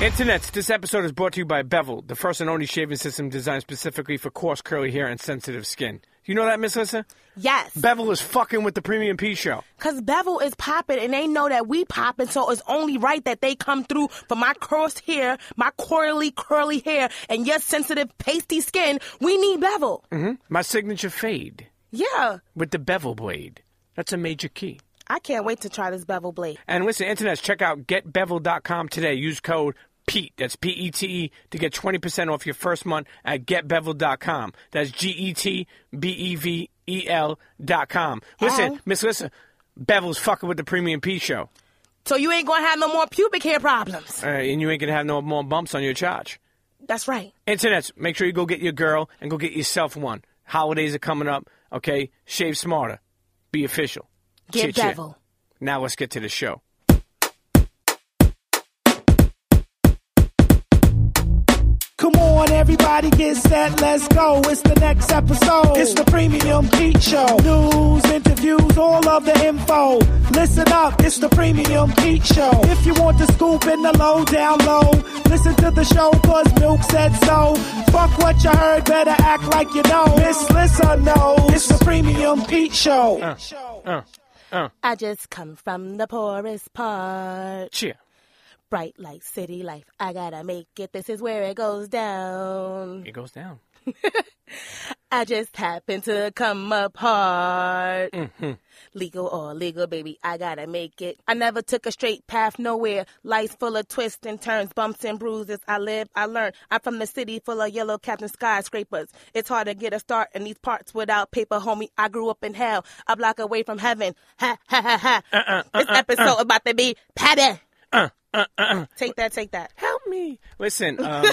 Internets, this episode is brought to you by Bevel, the first and only shaving system designed specifically for coarse, curly hair and sensitive skin. You know that, Miss Lissa? Yes. Bevel is fucking with the Premium P Show. Cause Bevel is popping and they know that we popping, so it's only right that they come through for my coarse hair, my coily curly hair, and your sensitive pasty skin. We need Bevel. My signature fade Yeah, with the bevel blade. That's a major key. I can't wait to try this Bevel blade. And listen, internets, check out getbevel.com today. Use code PETE, that's P E T E, to get 20% off your first month at getbevel.com. That's G E T B E V E L.com. Listen, Ow. Miss Lissa, Bevel's fucking with the Premium P Show. So you ain't gonna have no more pubic hair problems. Uh, and you ain't going to have no more bumps on your charge. That's right. Internets, make sure you go get your girl and go get yourself one. Holidays are coming up, okay? Shave smarter. Be official. Get Chit-chat. Bevel. Now let's get to the show. Come on, everybody, get set, let's go. It's the next episode. It's the Premium Pete Show. News, interviews, all of the info. Listen up, it's the Premium Pete Show. If you want the scoop and the low down low, listen to the show, cause Milk said so. Fuck what you heard, better act like you know. Miss Lissa knows. It's the Premium Pete Show. I just come from the poorest part. Cheer. Bright light, city life. I gotta make it. This is where it goes down. It goes down. I just happen to come up hard. Legal or illegal, baby, I gotta make it. I never took a straight path nowhere. Life's full of twists and turns, bumps and bruises. I live, I learn. I'm from the city full of yellow caps and skyscrapers. It's hard to get a start in these parts without paper, homie. I grew up in hell, a block away from heaven. Ha ha ha ha. this episode about to be patty. Take that, take that. Help me. Listen, um,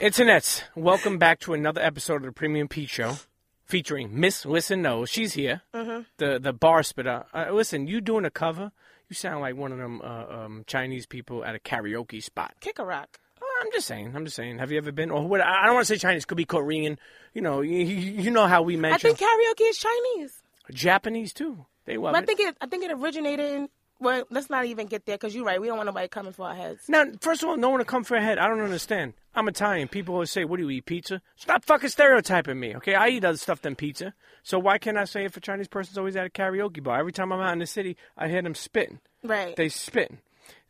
internets, welcome back to another episode of the Premium Pete Show featuring Miss Listen Knows. She's here, the the bar spitter. Uh, listen, you doing a cover? You sound like one of them uh, um, Chinese people at a karaoke spot. Kick a rock. Oh, I'm just saying. I'm just saying. Have you ever been? Or what? I I don't want to say Chinese. Could be Korean. You know. You, you know how we I mention think karaoke is Chinese. Japanese too. They love But I it. think it. I think it originated in. Well, let's not even get there because you're right. We don't want nobody coming for our heads. Now, first of all, no one will come for a head. I don't understand. I'm Italian. People always say, "What do you eat? Pizza?" Stop fucking stereotyping me, okay? I eat other stuff than pizza. So why can't I say if a Chinese person's always at a karaoke bar? Every time I'm out in the city, I hear them spitting. Right. They spitting.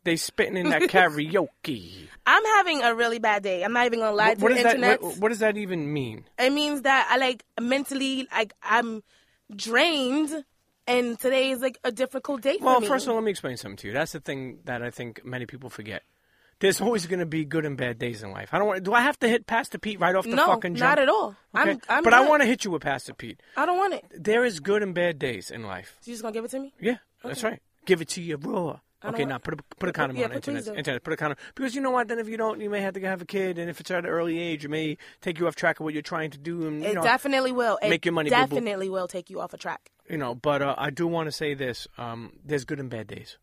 They spitting in that karaoke. I'm having a really bad day. I'm not even gonna lie to what the does that? internet. What, what does that even mean? it means that I like mentally, like I'm drained, and today is like a difficult day Well, for me. first of all, let me explain something to you. That's the thing that I think many people forget. There's always going to be good and bad days in life. I don't want. Do I have to hit Pastor Pete right off the no, fucking jump? not at all. Okay? I'm, I'm. but I good. want to hit you with Pastor Pete. I don't want it. So There is good and bad days in life. you just gonna give it to me? Yeah, that's right. Give it to you raw. don't Okay, want- now put a put a but- condom yeah, on but please internet. don't. Internet, put a condom because you know what? Then if you don't, you may have to have a kid, and if it's at an early age, it may take you off track of what you're trying to do, and you It know, definitely will. It make your money, boo-boo. Definitely will take you off a track. you know. But uh, I do want to say this: um, there's good and bad days,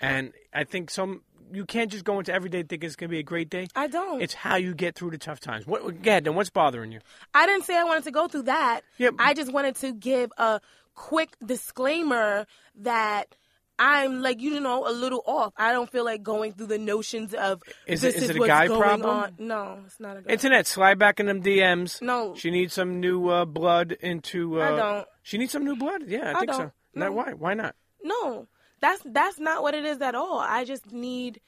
and I think some you can't just go into every day thinking it's going to be a great day. I don't. It's how you get through the tough times. What? Yeah, then what's bothering you? I didn't say I wanted to go through that. Yeah. I just wanted to give a quick disclaimer that I'm like you know a little off. I don't feel like going through the notions of Is it- this is it a what's guy going problem? on. No, it's not a guy. Internet, slide back in them DMs. No. She needs some new uh, blood into. Uh, I don't. She needs some new blood. Yeah, I, think so. don't. Now, why? Why not? no, that's that's not what it is at all. I just need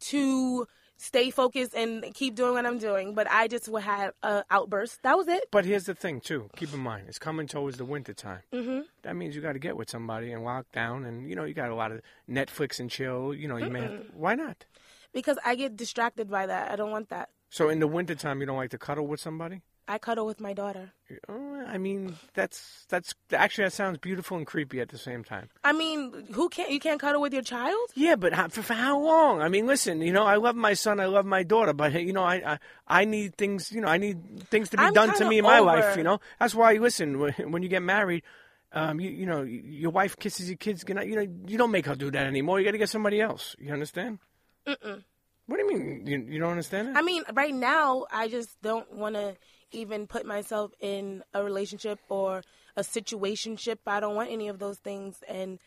to stay focused and keep doing what I'm doing. But I just would have an outburst. That was it. But here's the thing, too. Keep in mind, it's coming towards the winter time. Mm-hmm. That means you got to get with somebody and lock down, and you know you got a lot of Netflix and chill. You know you may have to, why not? Because I get distracted by that. I don't want that. So in the winter time, you don't like to cuddle with somebody. I cuddle with my daughter. Oh, I mean, that's that's actually that sounds beautiful and creepy at the same time. I mean, who can't you can't cuddle with your child? Yeah, but how, for, for how long? I mean, listen, you know, I love my son, I love my daughter, but you know, I I, I need things, you know, I need things to be I'm done to kinda me in my over- life. You know, that's why. Listen, when, when you get married, um, you you know, your wife kisses your kids goodnight. You know, you don't make her do that anymore. You got to get somebody else. You understand? Mm-mm. What do you mean? You, you don't understand that? I mean, right now, I just don't want to even put myself in a relationship or a situationship. I don't want any of those things, and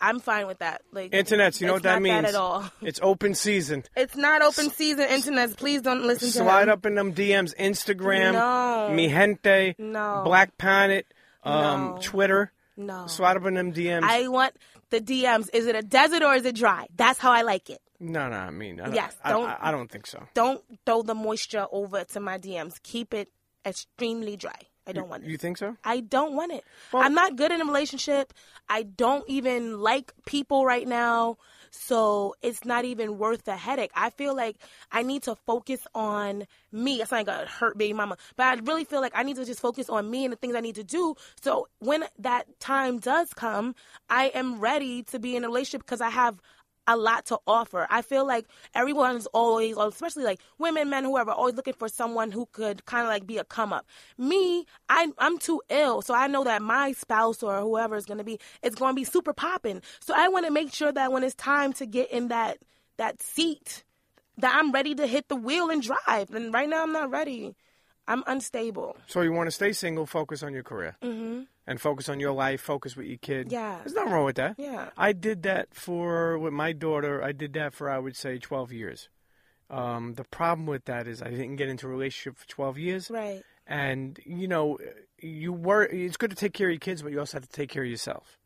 I'm fine with that. Like Internets, you know it's what that not means. Bad at all. It's open season. It's not open season. Internets, please don't listen to Slide him. up in them DMs, Instagram, No. Mi Gente, No. Black Planet, um, No. Twitter. No. Slide up in them DMs. I want the DMs. Is it a desert or is it dry? That's how I like it. no, no, I mean, I don't, Yes, I, don't- I, I don't think so. Don't throw the moisture over to my DMs. Keep it extremely dry. I don't want it. You think so? I don't want it. Well- I'm not good in a relationship. I don't even like people right now. So it's not even worth the headache. I feel like I need to focus on me. It's not gonna hurt baby mama, but I really feel like I need to just focus on me and the things I need to do. So when that time does come, I am ready to be in a relationship because I have a lot to offer. I feel like everyone is always, or especially like women, men, whoever, always looking for someone who could kind of like be a come up. Me, I, I'm too ill, so I know that my spouse or whoever is going to be, it's going to be super popping. So I want to make sure that when it's time to get in that that seat, that I'm ready to hit the wheel and drive. And right now, I'm not ready. I'm unstable. So you want to stay single, focus on your career, mm-hmm. and focus on your life. Focus with your kid. Yeah. there's nothing wrong with that. Yeah. I did that for with my daughter. I did that for I would say 12 years. Um, the problem with that is I didn't get into a relationship for 12 years, Right. and you know, you were. It's good to take care of your kids, but you also have to take care of yourself.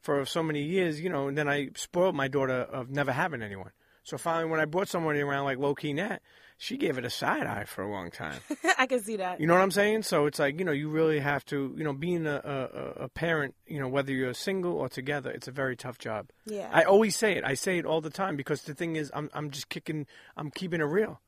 For so many years, you know, and then I spoiled my daughter of never having anyone. So finally, when I brought someone around like low key Nat, she gave it a side eye for a long time. I can see that. You know what I'm saying? So it's like you know, you really have to, you know, being a, a, a- a parent, you know, whether you're single or together, it's a very tough job. Yeah. I always say it. I say it all the time because the thing is, I'm I'm just kicking, I'm keeping it real.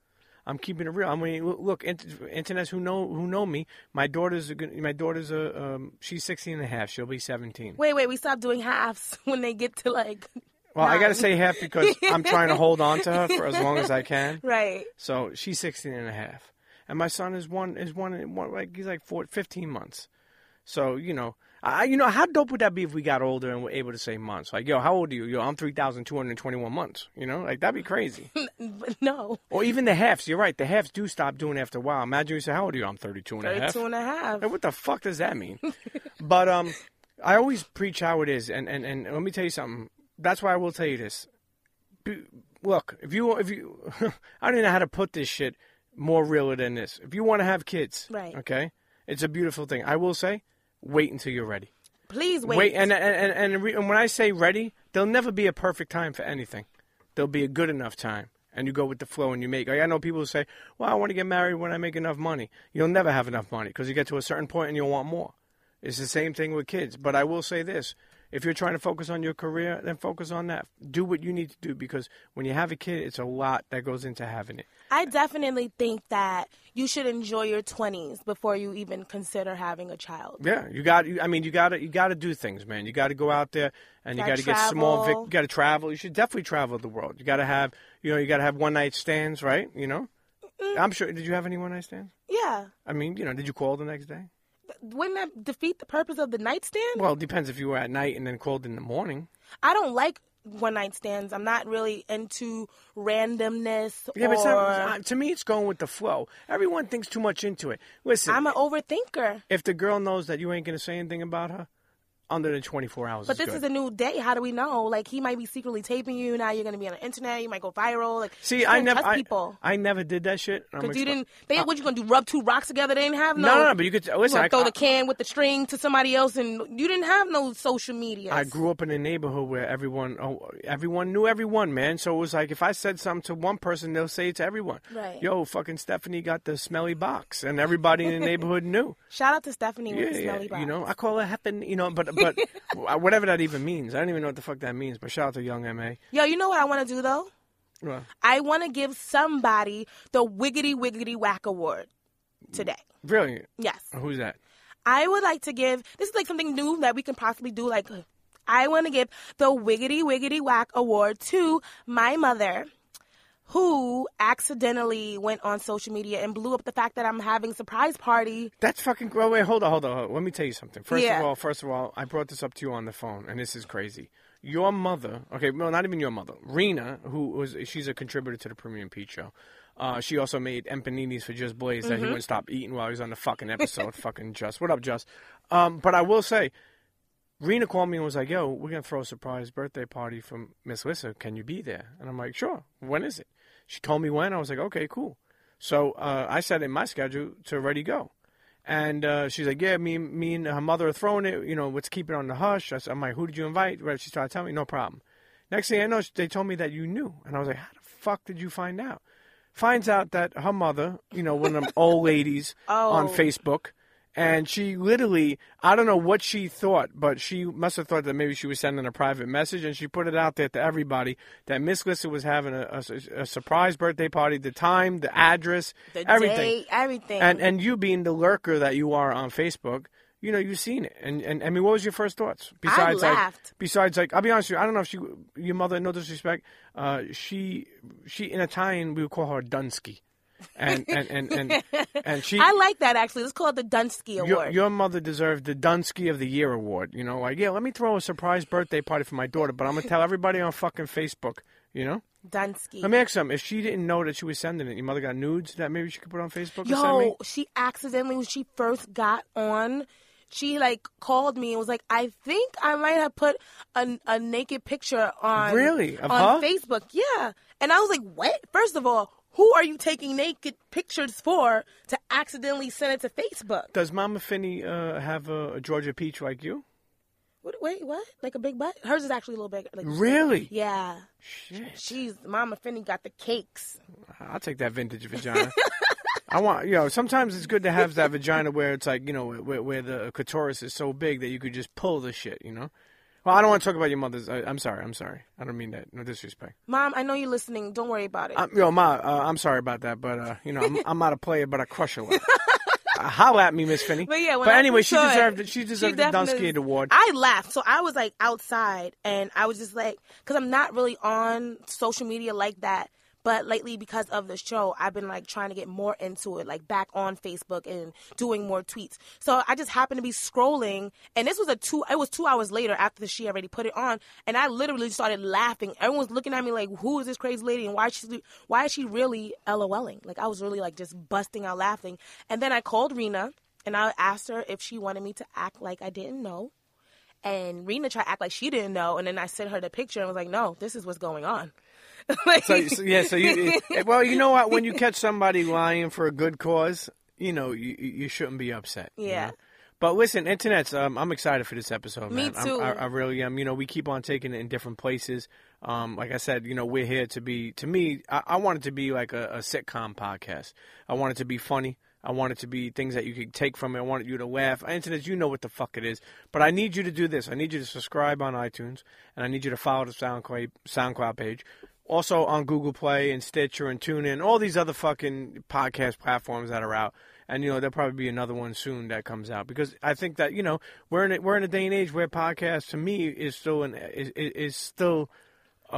I'm keeping it real. I mean, loo- look, int- internet who know who know me. My daughter's a good, my daughter's a um, she's 16 and a half. She'll be 17. Wait, wait, we stopped doing halves when they get to like, well, I got to say half because I'm trying to hold on to her for as long as I can. right. So she's 16 and a half. And my son is one is one, one like he's like four, 15 months. So, you know, I you know how dope would that be if we got older and were able to say months? Like, yo, how old are you? Yo, I'm 3,221 months, you know? Like that'd be crazy. But no. or even the halves, you're right. The halves do stop doing after a while. Imagine you say how old are you? I'm 32 and a half. Two and a half. Like, what the fuck does that mean? but um, I always preach how it is, and, and, and let me tell you something. That's why I will tell you this. Be, look, if you if you, I don't even know how to put this shit more realer than this. If you want to have kids, Right. Okay, it's a beautiful thing. I will say, wait until you're ready. Please wait. Wait, and and and, and, re, and when I say ready, there'll never be a perfect time for anything. There'll be a good enough time, and you go with the flow, and you make. Like, I know people who say, "Well, I want to get married when I make enough money." You'll never have enough money because you get to a certain point and you'll want more. It's the same thing with kids. But I will say this: if you're trying to focus on your career, then focus on that. Do what you need to do because when you have a kid, it's a lot that goes into having it. I definitely think that you should enjoy your 20s before you even consider having a child. Yeah, you got. you- I mean, you got to you got to do things, man. You got to go out there and you got Gotta to get small. Vic- travel. you got to travel. You should definitely travel the world. You got to have. You know, you got to have one night stands, right? You know, I'm sure. Did you have any one night stands? Yeah. I mean, you know, did you call the next day? Wouldn't that defeat the purpose of the nightstand? Well, it depends if you were at night and then called in the morning. I don't like one night stands. I'm not really into randomness Yeah, or but it's not, uh, to me, it's going with the flow. Everyone thinks too much into it. Listen, I'm an overthinker. if the girl knows that you ain't gonna say anything about her under the 24 hours, But this good. is a new day. How do we know? Like he might be secretly taping you. Now you're going to be on the internet. You might go viral. Like See, you I can't never, trust I, people. I never did that shit. and I'm Cause you expo- Uh, didn't. They what you gonna do? Rub two rocks together? They didn't have no. No, no, no, but you could- listen, gonna I- throw I- the can with the string to somebody else, and you didn't have no social media. I grew up in a neighborhood where everyone, oh, everyone knew everyone, man. So it was like if I said something to one person, they'll say it to everyone. Right. Yo, fucking Stephanie got the smelly box, and everybody in the neighborhood knew. Shout out to Stephanie with yeah, the yeah. smelly box. You know, I call it happen. You know, but but whatever that even means, I don't even know what the fuck that means. But shout out to Young Ma. Yo, you know what I want to do though? Well, I want to give somebody the Wiggity Wiggity Whack Award today. brilliant. Yes, Who's that? I would like to give. This is like something new that we can possibly do. Like, I want to give the Wiggity Wiggity Whack Award to my mother. Who accidentally went on social media and blew up the fact that I'm having surprise party That's fucking. Well, wait, hold on, hold on, hold on. Let me tell you something. First Yeah. of all, first of all, I brought this up to you on the phone, and this is crazy. Your mother, okay, well, not even your mother, Rena, who was she's a contributor to the Premium Pete Show. Uh, she also made empaninis for Just Blaze that he wouldn't stop eating while he was on the fucking episode. fucking Just, what up, Just? Um, but I will say, Rena called me and was like, "Yo, we're gonna throw a surprise birthday party for Miss Lissa. Can you be there?" And I'm like, "Sure. When is it?" She told me when. I was like, "Okay, cool." So uh, I set in my schedule to ready go, and uh, she's like, "Yeah, me, me and her mother are throwing it. You know, let's keep it on the hush." I am like, "Who did you invite?" Right? She started telling me, "No problem." Next thing I know, they told me that you knew, and I was like, "How the fuck did you find out?" Finds out that her mother, you know, one of them old ladies on Oh. Facebook, and she literally, I don't know what she thought, but she must have thought that maybe she was sending a private message, and she put it out there to everybody that Miss Lissa was having a, a- a surprise birthday party, the time, the address, The everything. day, everything. And and you being the lurker that you are on Facebook, you know, you've seen it. And and I mean, what was your first thoughts? laughed. like, besides like, I'll be honest with you, I don't know if she, your mother, no disrespect, uh, she she in Italian we would call her Dunsky, and and and and, and she. I like that actually. Let's call it the Dunsky Award. your, your mother deserved the Dunsky of the Year award. You know, like, yeah, let me throw a surprise birthday party for my daughter, but I'm going to tell everybody on fucking Facebook, you know? Dunsky. Let me ask you something. If she didn't know that she was sending it, your mother got nudes that maybe she could put on Facebook or send me? Yo, she accidentally when she first got on, she like called me and was like, "I think I might have put a, a naked picture on Really? Of on her? Facebook." Yeah, and I was like, "What?" First of all, who are you taking naked pictures for to accidentally send it to Facebook? Does Mama Finney uh, have a, a Georgia peach like you? What, wait, what? Like a big butt? Hers is actually a little bigger. Like, Really? yeah, Shit. she's Mama Finney got the cakes. I'll take that vintage vagina. I want, you know, sometimes it's good to have that vagina where it's like, you know, where, where the uh, clitoris is so big that you could just pull the shit, you know? Well, I don't want to talk about your mother's. I, I'm sorry. I'm sorry. I don't mean that. No disrespect. Mom, I know you're listening. Don't worry about it. I'm, yo, Ma, uh, I'm sorry about that, but, uh, you know, I'm, I'm not a player, but I crush a lot. uh, holla at me, Miss Finney. But yeah, when but I anyway, she saw it, deserved it. She deserved the definitely- Dunsky Award. I laughed, so I was like outside, and I was just like, because I'm not really on social media like that. But lately, because of the show, I've been like trying to get more into it, like back on Facebook and doing more tweets. So I just happened to be scrolling, and this was a two. It was two hours later after she already put it on, and I literally started laughing. Everyone was looking at me like, "Who is this crazy lady? And why is she? Why is she really LOLing?" Like I was really like just busting out laughing. And then I called Rena, and I asked her if she wanted me to act like I didn't know. And Rena tried to act like she didn't know. And then I sent her the picture and was like, no, this is what's going on. Like, So, so yeah, so you eh, well, you know what? When you catch somebody lying for a good cause, you know you you you shouldn't be upset. you Yeah. know? But listen, internets. Um, I'm excited for this episode, Me man. I'm- too. I, I really am. You know, we keep on taking it in different places. Um, like I said, you know, we're here to be. To me, I, I want it to be like a, a sitcom podcast. I want it to be funny. I want it to be things that you can take from it. I wanted you to laugh. Internet, you know what the fuck it is. But I need you to do this. I need you to subscribe on iTunes, and I need you to follow the SoundCloud SoundCloud page. Also on Google Play and Stitcher and TuneIn, all these other fucking podcast platforms that are out. And you know there'll probably be another one soon that comes out because I think that you know we're in a, we're in a day and age where podcast to me is still an is, is is still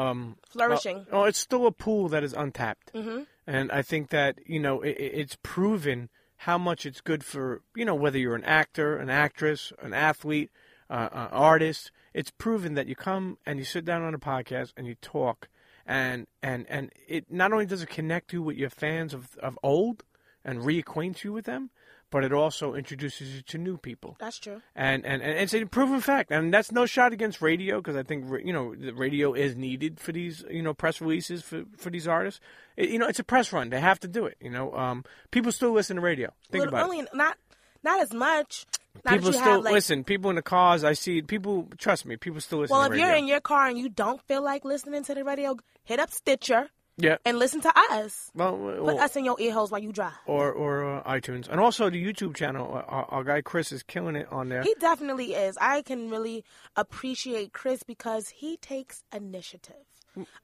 flourishing. Oh, it's still a pool that is untapped, mm-hmm. and I think that you know it, it's proven how much it's good for you know whether you're an actor, an actress, an athlete, uh, an artist. It's proven that you come and you sit down on a podcast and you talk, and and and it not only does it connect you with your fans of of old and reacquaint you with them, but it also introduces you to new people That's true. and, and, and it's a proven fact, and that's no shot against radio because I think ra- you know the radio is needed for these you know press releases for, for these artists. It- you know, it's a press run; they have to do it. You know, um, people still listen to radio. Think But about it. only not not as much. Not that People you still have, like, listen. People in the cars, I see people. Trust me, people still listen. Well, to if radio. you're in your car and you don't feel like listening to the radio, hit up Stitcher yeah, and listen to us. well, Put well, us in your ear holes while you drive. or or uh, iTunes, and also the YouTube channel. Our, our- our guy Chris is killing it on there. He definitely is. I can really appreciate Chris because he takes initiative.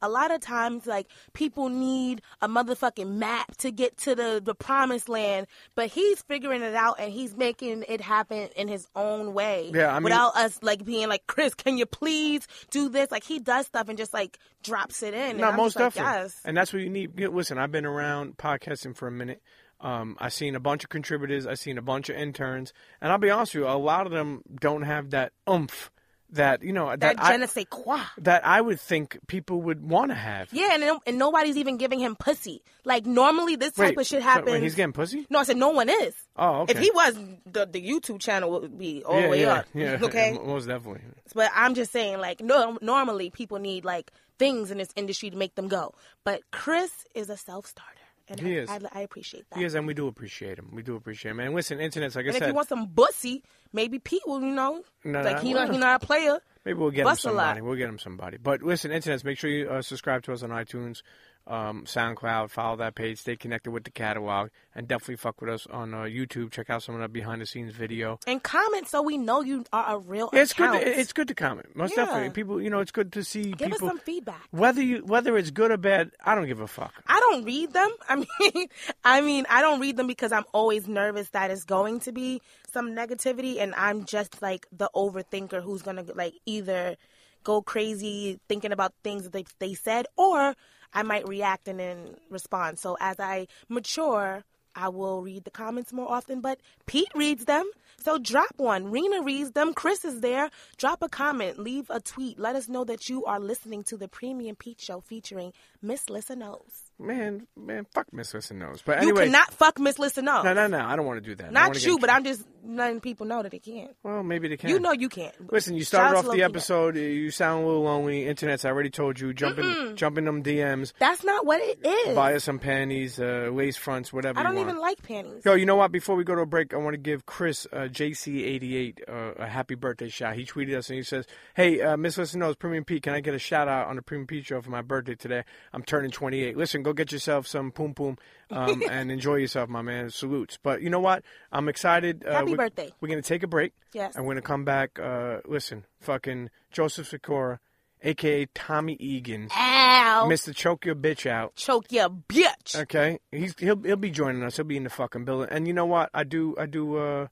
A lot of times, like, people need a motherfucking map to get to the, the promised land, but he's figuring it out and he's making it happen in his own way. Yeah, I mean- without us, like, being like, Chris, can you please do this? Like, he does stuff and just, like, drops it in. and No, I'm most just like, definitely. yes. And that's what you need. You know, Listen, I've been around podcasting for a minute. Um, I've seen a bunch of contributors. I've seen a bunch of interns. And I'll be honest with you, a lot of them don't have that oomph that you know that That I, je ne sais quoi. that I would think people would want to have. Yeah, and, and nobody's even giving him pussy. Like normally, this type of shit so- wait, happens. he's getting pussy. no, I said no one is. Oh, okay. If he was, the, the YouTube channel would be all yeah, the way yeah, up. yeah, Okay. most definitely. But I'm just saying, like, no, normally people need like things in this industry to make them go. But Chris is a self starter, and He I, is. I, I appreciate that. Yes, and we do appreciate him. We do appreciate him. And listen, internet's like I And if said, you want some bussy, maybe Pete will, you know, No, like no, he well. not he not a player. Maybe we'll get him Bust a lot. somebody. We'll get him somebody. But listen, internets, make sure you uh, subscribe to us on iTunes, um, SoundCloud, follow that page, stay connected with the catalog, and definitely fuck with us on uh, YouTube. Check out some of that behind the scenes video. And comment so we know you are a real. Yeah, it's account. good. To, it's good to comment. Most Yeah. definitely, people. You know, it's good to see Give people. us some feedback. Whether you whether it's good or bad, I don't give a fuck. I don't read them. I mean, I mean, I don't read them because I'm always nervous that it's going to be some negativity, and I'm just like the overthinker who's gonna like either go crazy thinking about things that they they said, or I might react and then respond. So as I mature. I will read the comments more often, but Pete reads them. So drop one. Rena reads them. Chris is there. Drop a comment. Leave a tweet. Let us know that you are listening to the Premium Pete Show featuring Miss Listen Knows. Man, man, fuck Miss Listen knows. But You anyway, cannot fuck Miss Listen Up. no, no, no. I don't want to do that. I wanna Not get you, in but trouble. I'm just letting people know that they can't. Well, maybe they can. You know you can't. Listen, you Shout started out to off the Loki. episode. You sound a little lonely. Internet's I already told you. Jumping, jumping them DMs. That's not what it is. Buy us some panties, uh, lace fronts, whatever I don't you want. even like panties. Yo, you know what? Before we go to a break, I want to give Chris uh, JC88 uh, a happy birthday shout. He tweeted us and he says, "Hey, uh, Miss Listen Knows Premium Pete, can I get a shout out on the Premium Pete show for my birthday today? I'm turning 28. Listen, go get yourself some poom poom um, and enjoy yourself, my man. Salutes. But you know what? I'm excited. Uh, Happy we- birthday. We're gonna take a break. Yes. And we're gonna come back. Uh, listen, fucking Joseph Sikora, aka Tommy Egan, Ow. Mr. Choke Your Bitch Out. Choke your bitch. Okay, he's he'll he'll be joining us. He'll be in the fucking building. And you know what? I do I do uh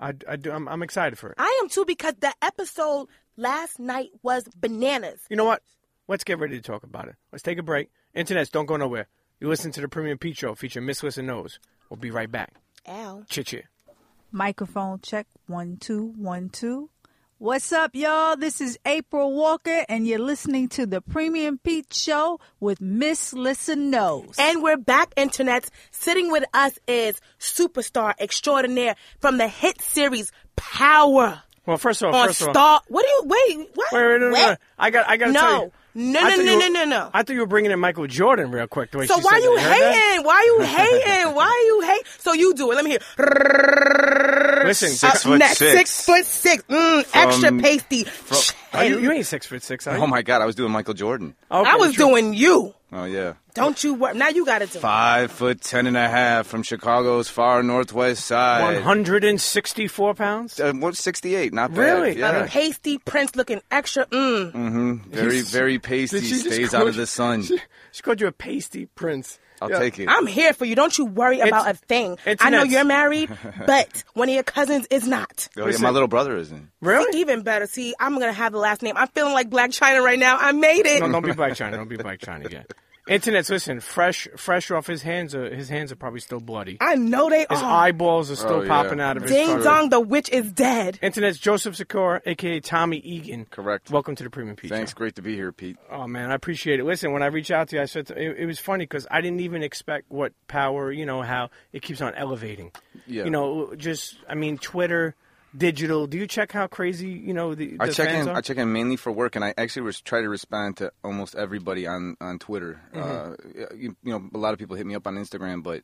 I, I do I'm, I'm excited for it. I am too because the episode last night was bananas. You know what? Let's get ready to talk about it. Let's take a break. Internets, don't go nowhere. You listen to the Premium Pete Show featuring Miss Listen Knows. We'll be right back. Ow. Chit chit. Microphone check one, two, one, two. What's up, y'all? This is April Walker, and you're listening to the Premium Pete Show with Miss Listen Knows. And we're back, internets. Sitting with us is superstar extraordinaire from the hit series Power Well, first of all, on first of all, Star. What do you wait? What? Wait, wait, no, no, Oh, What? no. I got I got to No. tell you. No, I no, thought no, you no, were- no, no. I thought you were bringing in Michael Jordan real quick. The way So she why said you that. heard that? hating? Why you hating? Why you hate? So you do it. Let me hear. Listen, Six six, foot Next, six. six foot six, mm, extra pasty. are you, you ain't six foot six. Are you? Oh my God, I was doing Michael Jordan. Okay, I was sure. doing you. Oh yeah. Don't you worry. Now you got to do. it. Five foot ten and a half from Chicago's far northwest side. 164 pounds. Uh, what, 68, not bad. Really? Yeah. Pasty Prince looking extra. Mm. Very, very pasty. Did she just Stays call out of you- the sun. She, she called you a pasty prince. I'll Yeah. take it. Oh, I'm here for you. Don't you worry about a thing. it's I know nuts. you're married, but one of your cousins is not. Oh, yeah, Listen. my little brother isn't. Really? Even better. See, I'm gonna have the last name. I'm feeling like Black China right now. I made it. No, don't be Black China. Don't be Black China yet. Internet's listen, fresh, fresh off his hands. Are, his hands are probably still bloody. I know they His are. eyeballs are still Oh, yeah. popping out of his. Ding fucking- dong, the witch is dead. Internet's Joseph Sikora, aka Tommy Egan. Correct. Welcome to the Premium Pizza. Thanks. Great to be here, Pete. Oh man, I appreciate it. Listen, when I reached out to you, I said to, it, it was funny because I didn't even expect what power. You know how it keeps on elevating. Yeah. You know, just I mean, Twitter, digital. Do you check how crazy you know the, the I check fans in. are? I check in mainly for work, and I actually res- try to respond to almost everybody on on Twitter. Mm-hmm. Uh, you, you know, a lot of people hit me up on Instagram, but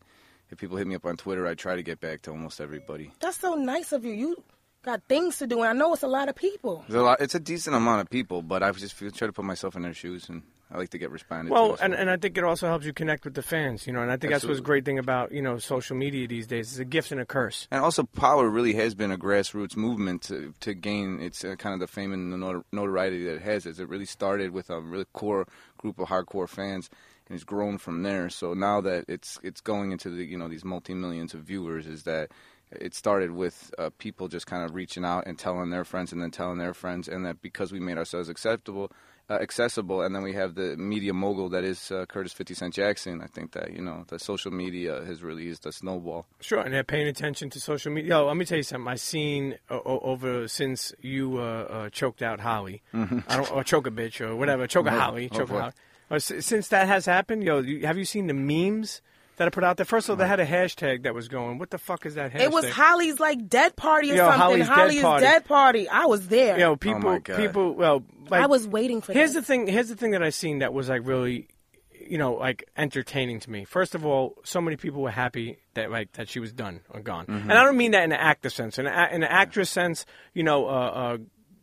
if people hit me up on Twitter, I try to get back to almost everybody. That's so nice of you. You got things to do, and I know it's a lot of people. There's a lot. It's a decent amount of people, but I just feel, try to put myself in their shoes, and I like to get responded. Well, to, so- and, and I think it also helps you connect with the fans, you know, and I think that's what's Absolutely. great thing about, you know, social media these days. It's a gift and a curse. And also, Power really has been a grassroots movement to, to gain its uh, kind of the fame and the notor- notoriety that it has. As it really started with a really core group of hardcore fans, and it's grown from there. So now that it's it's going into the you know these multi millions of viewers, is that it started with uh, people just kind of reaching out and telling their friends, and then telling their friends, and that because we made ourselves acceptable, uh, accessible. And then we have the media mogul that is uh, Curtis 50 Cent Jackson. I think that, you know, the social media has really is the snowball. Sure, and they're paying attention to social media. Yo, let me tell you something. I've seen o- o- over since you uh, uh, choked out Holly, I don't, or choke a bitch or whatever, choke a Holly, Mm-hmm. oh, choke a boy. Holly. Or s- since that has happened, yo, you, have you seen the memes that are put out there? First of all, they had a hashtag that was going. What the fuck is that hashtag? It was Holly's like dead party or Yo, something. Holly's dead Holly's party. dead party. I was there. Yo, people, Oh, my God. people. Well, like, I was waiting for Here's that. the thing. Here's the thing that I seen that was like really, you know, like entertaining to me. First of all, so many people were happy that like that she was done or gone, Mm-hmm. and I don't mean that in an actor sense. In, a, in an actress sense, you know, uh, uh,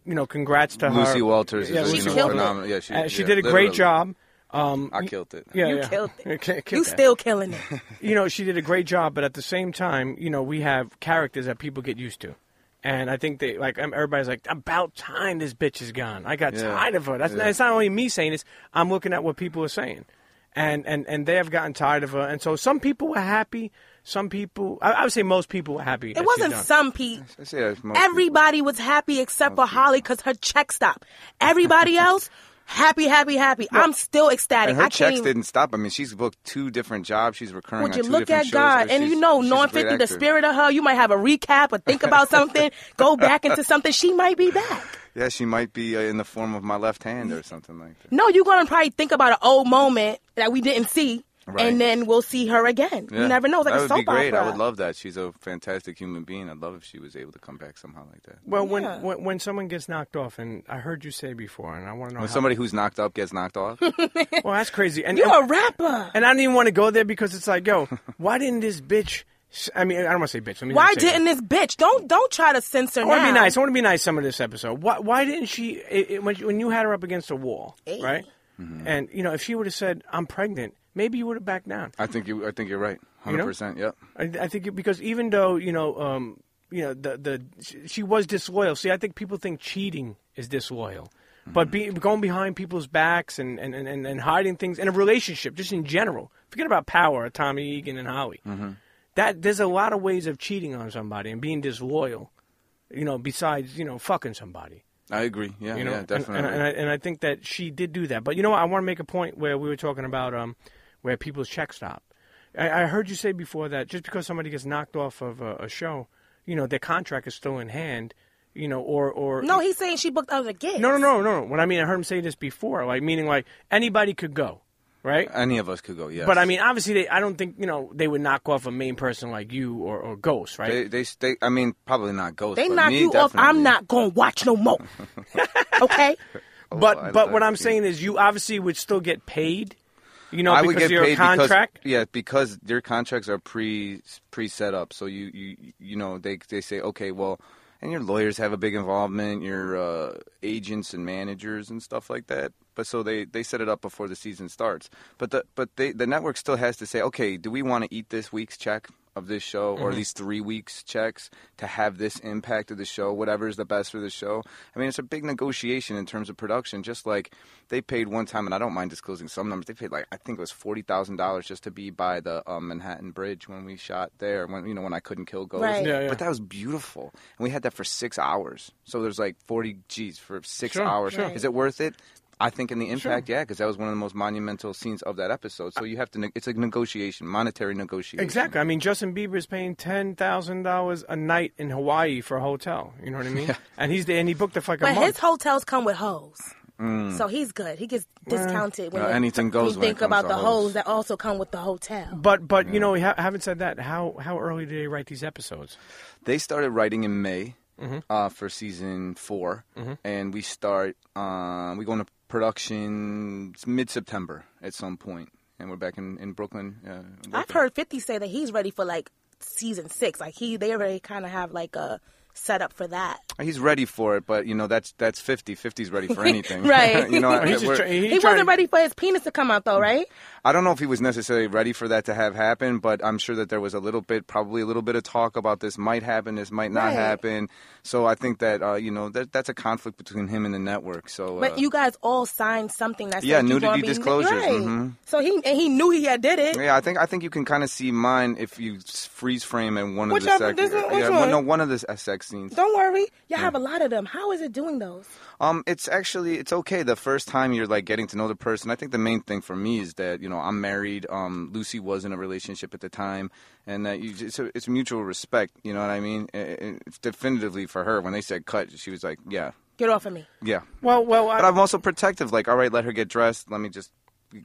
you know, congrats to her. Lucy Walters Yeah, is, Lucy you know, killed it. phenomenal. Yeah, she, Uh, she yeah, did a literally. great job. Um, I killed it. yeah, you yeah. killed it. Can't- can't you that. still killing it. you know, she did a great job, but at the same time, you know, we have characters that people get used to. And I think they like um, everybody's like, about time this bitch is gone. I got Yeah. tired of her. That's Yeah. it's not only me saying this. I'm looking at what people are saying, and and and they have gotten tired of her. And so some people were happy. Some people, I, I would say, most people were happy. that It she's wasn't done. some people. I say that's most Everybody was happy except for Holly because her check stopped. Everybody else, happy, happy, happy. I'm still ecstatic. And her I can't checks even- didn't stop. I mean, she's booked two different jobs. She's recurring. Would on you two look different at shows. God? And She's- you know, she's a knowing great 50, the actor. spirit of her, you might have a recap or think about something, go back into something. She might be back. Yeah, she might be uh, in the form of my left hand or something like that. No, you're going to probably think about an old moment that we didn't see, Right. and then we'll see her again. Yeah. You never know. It's like that a would soap be great. opera. I would love that. She's a fantastic human being. I'd love if she was able to come back somehow like that. Well, when, Yeah. when when someone gets knocked off, and I heard you say before, and I want to know When how- somebody who's knocked up gets knocked off, Well, that's crazy. And You're and- a rapper. And I didn't even want to go there because it's like, yo, why didn't this bitch? s- I mean, I don't want to say bitch. Let me Why not say that. didn't this bitch? Don't don't try to censor I want to now. Oh, be nice. I want to be nice. Some of this episode. Why? Why didn't she? It, it, when, when you had her up against a wall, Hey. right? And you know, if she would have said, "I'm pregnant," maybe you would have backed down. I think you. I think you're right. You Hundred know? percent. Yep. I, I think it, because even though you know, um, you know, the the she, she was disloyal. See, I think people think cheating is disloyal, but be, going behind people's backs and and, and and hiding things in a relationship, just in general. Forget about power, Tommy Egan and Holly. That there's a lot of ways of cheating on somebody and being disloyal. You know, besides you know fucking somebody. I agree. Yeah. You know, yeah. and- Definitely. And, and, I, and I think that she did do that. But you know what? I want to make a point where we were talking about um, where people's check stop. I, I heard you say before that just because somebody gets knocked off of a, a show, you know, their contract is still in hand. You know, or or No, he's saying she booked other gigs. no, no, no, no. What I mean, I heard him say this before, like meaning like anybody could go, right? Any of us could go. Uh, Yes. But I mean, obviously, they, I don't think you know they would knock off a main person like you or, or Ghost, right? they, they, they. I mean, probably not ghosts. They but knock me, you off. I'm definitely. not gonna watch no more. okay. but oh, I- but what I I'm see. saying is, you obviously would still get paid, you know, I because would get you're paid a contract. Because, yeah, because their contracts are pre pre set up. So you you you know they they say okay, well, and your lawyers have a big involvement, your uh, agents and managers and stuff like that. But so they they set it up before the season starts. But the but they the network still has to say okay, do we want to eat this week's check? Of this show, Mm-hmm. or at least three weeks checks to have this impact of the show, whatever is the best for the show. I mean, it's a big negotiation in terms of production. Just like they paid one time, and I don't mind disclosing some numbers. They paid like I think it was forty thousand dollars just to be by the um, Manhattan Bridge when we shot there. When you know when I couldn't kill ghosts, Right. Yeah, yeah. but that was beautiful, and we had that for six hours. So there's like forty G's for six Sure, hours. sure. Is it worth it? I think in the impact, yeah, because that was one of the most monumental scenes of that episode. So you have to. Ne- it's a negotiation, monetary negotiation. Exactly. I mean, Justin Bieber is paying ten thousand dollars a night in Hawaii for a hotel. You know what I mean? And he's there, and he booked it for like a But month. his hotels come with hoes. So he's good. He gets discounted when Uh, it- Mm. anything goes You when it think comes about to the hoes. hoes that also come with the hotel. but but you know, ha- having said that, how how early did they write these episodes? They started writing in May Mm-hmm. uh, for season 4 and we start. Uh, we go into production mid September at some point, and we're back in in Brooklyn. Uh, I've working. heard Fifty say that he's ready for like season six. Like he, they already kind of have like a setup for that. He's ready for it, but you know that's that's 50. 50's ready for anything, Right. you know, I- He's just we're- try- he He, trying wasn't to- ready for his penis to come out though, right? I don't know if he was necessarily ready for that to have happen, but I'm sure that there was a little bit, probably a little bit of talk about this might happen, this might not Right. happen. So I think that uh, you know that that's a conflict between him and the network. So uh, But you guys all signed something that said Yeah, you nudity gonna be- disclosures, Right. mhm. So he and he knew he had did it. Yeah, I think I think you can kind of see mine if you s- freeze frame in one Which of the other- sec- this one- yeah, which one? no, one of the s- uh, sex scenes. Don't worry, y'all have a lot of them. How is it doing those? Um, it's actually it's okay the first time you're like getting to know the person. I think the main thing for me is that you know I'm married. Um, Lucy was in a relationship at the time, and that you just, it's, it's mutual respect. You know what I mean? It- it- It's definitively for her when they said cut, she was like, yeah, Get off of me. yeah. Well, well, But I, I'm also protective. Like, all right, let her get dressed. Let me just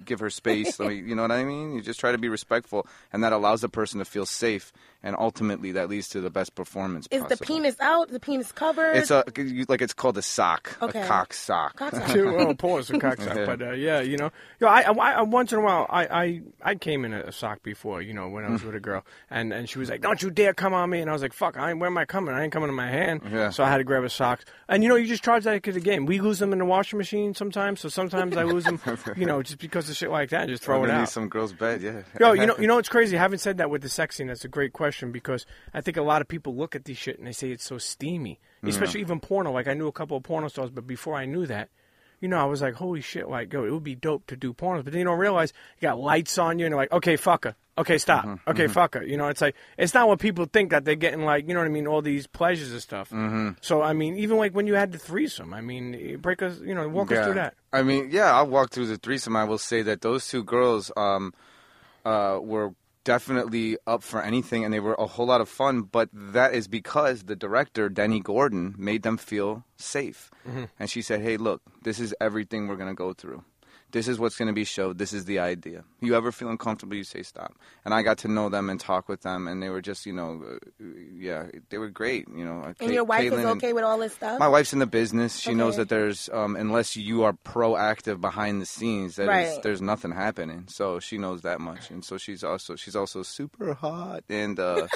give her space. let me, you know what I mean? You just try to be respectful, and that allows the person to feel safe, and ultimately that leads to the best performance. Is the possible. penis out? The penis covered? It's a you- like it's called a sock, Okay. a cock sock. Cock's out. Two- well, pause for cocksock, but uh, yeah, you know, you know, I, I, I- once in a while, I, I, I came in a sock before, you know, when I was with a girl, and, and she was like, "Don't you dare come on me," and I was like, "Fuck, I ain't where am I coming? I ain't coming in my hand." Yeah. So I had to grab a sock, and you know, you just charge that to the game. We lose them in the washing machine sometimes, so sometimes I lose them, you know, just because of shit like that, just throw it Underneath out. some girl's bed, yeah. Yo, you know, you know what's crazy? I haven't said that with the sex scene. That's a great question because I think a lot of people look at this shit and they say it's so steamy, especially even porno. Like I knew a couple of porno stars, but before I knew that, you know, I was like, holy shit, like yo, it would be dope to do pornos, but then you don't realize you got lights on you and you're like, okay, fucker, okay, stop, okay, fucker. You know, it's like it's not what people think that they're getting like, you know what I mean, all these pleasures and stuff. Mm-hmm. So I mean, even like when you had the threesome, I mean, eh, break us, you know, walk us through Yeah. that. I mean, yeah, I'll walk through the threesome. I will say that those two girls um, uh, were definitely up for anything, and they were a whole lot of fun. But that is because the director Denny Gordon made them feel safe, Mm-hmm. and she said, "Hey, look, this is everything we're gonna go through." This is what's going to be showed. This is the idea. You ever feel uncomfortable, you say stop. And I got to know them and talk with them, and they were just, you know, uh, yeah, they were great. You know, and your wife is Caitlin and- okay with all this stuff? my wife's in the business. She knows Okay. that there's um, unless you are proactive behind the scenes, that it's- Right. there's nothing happening. So she knows that much, and so she's also she's also super hot, and uh,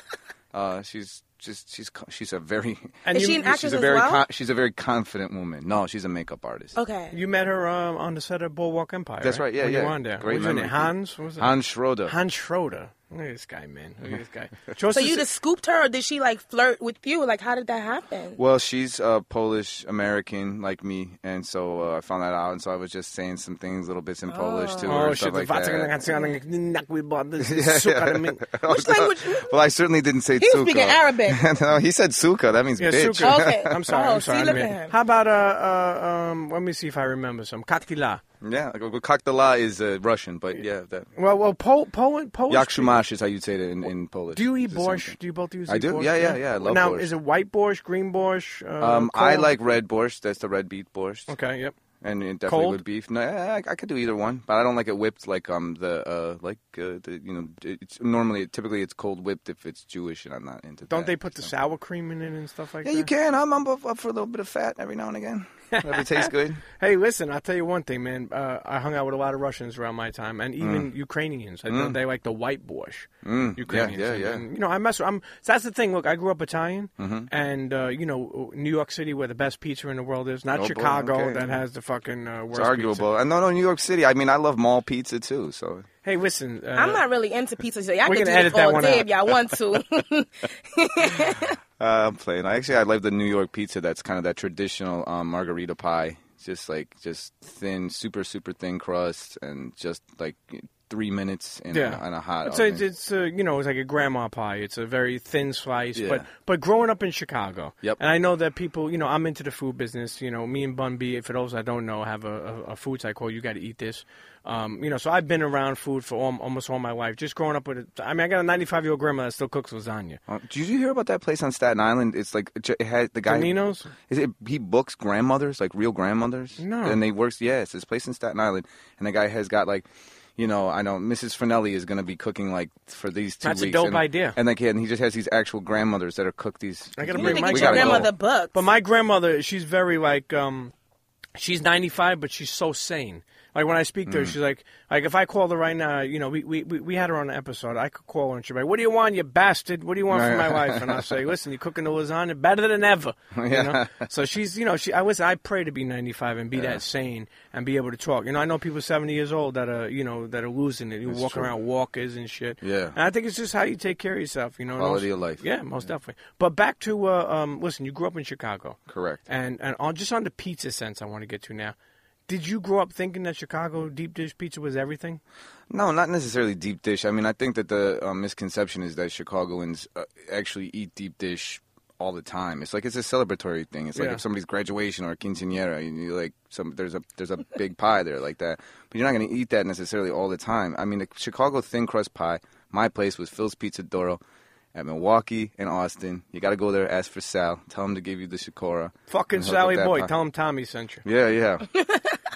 uh, she's just she's co- she's a very And Is you, she an she's actress a as very well? Oh. con- she's a very confident woman. No, she's a makeup artist. okay. you met her um, on the set of Boardwalk Empire. That's right, yeah, When You yeah. were on there. Great What was her name? memory. Hans. What was it? Hans Schroeder. Hans Schroeder. Look at this guy, man. Look at this guy. so you just scooped her, or did she like flirt with you? Like, how did that happen? Well, she's uh, Polish American like me, and so uh, I found that out, and so I was just saying some things, little bits in Polish to her, Oh and shit! stuff like that. Yeah, Which language? Oh, Well, I certainly didn't say He was speaking tsuka. Arabic. no, he said suka. That means bitch. suka. Okay. I'm sorry. Oh, I'm sorry. see, I'm look at in. him. How about uh, uh um? Let me see if I remember some. Katila. Yeah, like, well, Kakdala is uh, Russian, but yeah, that. Well, well, Pol- Poland, Polish. Yakshumash is how you'd say it in, in Polish. Do you eat It's the same borscht? thing. Do you both use? I eat do. Borscht? Yeah, yeah, yeah. I love now, borscht. is it white borscht, green borscht? Uh, Um, I cold? like red borscht. That's the red beet borscht. Okay. Yep. And it definitely Cold? with beef. No, I, I could do either one, but I don't like it whipped like um the uh like uh, the, you know it's normally typically it's cold whipped if it's Jewish and I'm not into. Don't that, they put the so. sour cream in it and stuff like Yeah, that? you can. I'm, I'm up up for a little bit of fat every now and again. If it tastes good. Hey, listen, I'll tell you one thing, man. Uh, I hung out with a lot of Russians around my time, and even Ukrainians. I know they like the white borscht. Ukrainians. Mm. yeah, and- yeah. Mm-hmm. and, you know, I mess. I'm. So that's the thing. Look, I grew up Italian, and uh, you know, New York City, where the best pizza in the world is, not Oh, boy, Chicago okay. that has the fucking uh, worst. It's arguable. And no, no, New York City. I mean, I love mall pizza too. So Pizza. Hey, listen. Uh, I'm not really into pizza, so y'all We're can do gonna edit this that all one day out. if y'all want to. uh, I'm playing. I actually I like the New York pizza. That's kind of that traditional um, margarita pie. It's Just like just thin, super super thin crust, and just like three minutes in Yeah. a, on a hot. It's, a, oven. it's a, you know, it's like a grandma pie. It's a very thin slice. Yeah. But but growing up in Chicago, Yep. and I know that people, you know, I'm into the food business. You know, me and Bun B, for those that don't know, have a, a, a food site called You Got to Eat This. Um, you know, so I've been around food for all, almost all my life. Just growing up with it. I mean, I got a 95 year old grandma that still cooks lasagna. Uh, Did you hear about that place on Staten Island? It's like it had the guy. Bonino's? Is it he books grandmothers, like real grandmothers? No. And they works. Yeah, it's this place in Staten Island, and the guy has got like, you know, I know Mrs. Frenelli is going to be cooking like for these two That's a weeks. dope and, idea. And like, yeah, and he just has these actual grandmothers that are cooked these. I gotta we- bring They my we get your gotta go. grandmother booked. But my grandmother, she's very like, um, she's 95, but she's so sane. Like when I speak Mm. to her, she's like, like if I called her right now, you know, we we, we we had her on an episode. I could call her and she'd be like, "What do you want, you bastard? What do you want from my wife?" And I'll say, "Listen, you're cooking the lasagna better than ever." You know? So she's, you know, she I was I pray to be 95 and be that sane and be able to talk. You know, I know people 70 years old that are, you know, that are losing it. You're walking around walkers and shit. Yeah. And I think it's just how you take care of yourself. You know, and Quality also- of life. Yeah, most definitely. But back to uh, um, listen, you grew up in Chicago, Correct. And and on just on the pizza sense, I want to get to now. Did you grow up thinking that Chicago deep dish pizza was everything? No, not necessarily deep um, dish. I mean, I think that the uh, misconception is that Chicagoans uh, actually eat deep dish all the time. It's like it's a celebratory thing. It's like Yeah. if somebody's graduation or a quinceanera, you- you like some there's a there's a big pie there like that. But you're not going to eat that necessarily all the time. I mean, the Chicago thin crust pie. My place was Phil's Pizza Doro at Milwaukee and Austin. You got to go there. Ask for Sal. Tell him to give you the Shakora. Fucking and hook up Sally that boy, pie. tell him Tommy sent you. Yeah, yeah.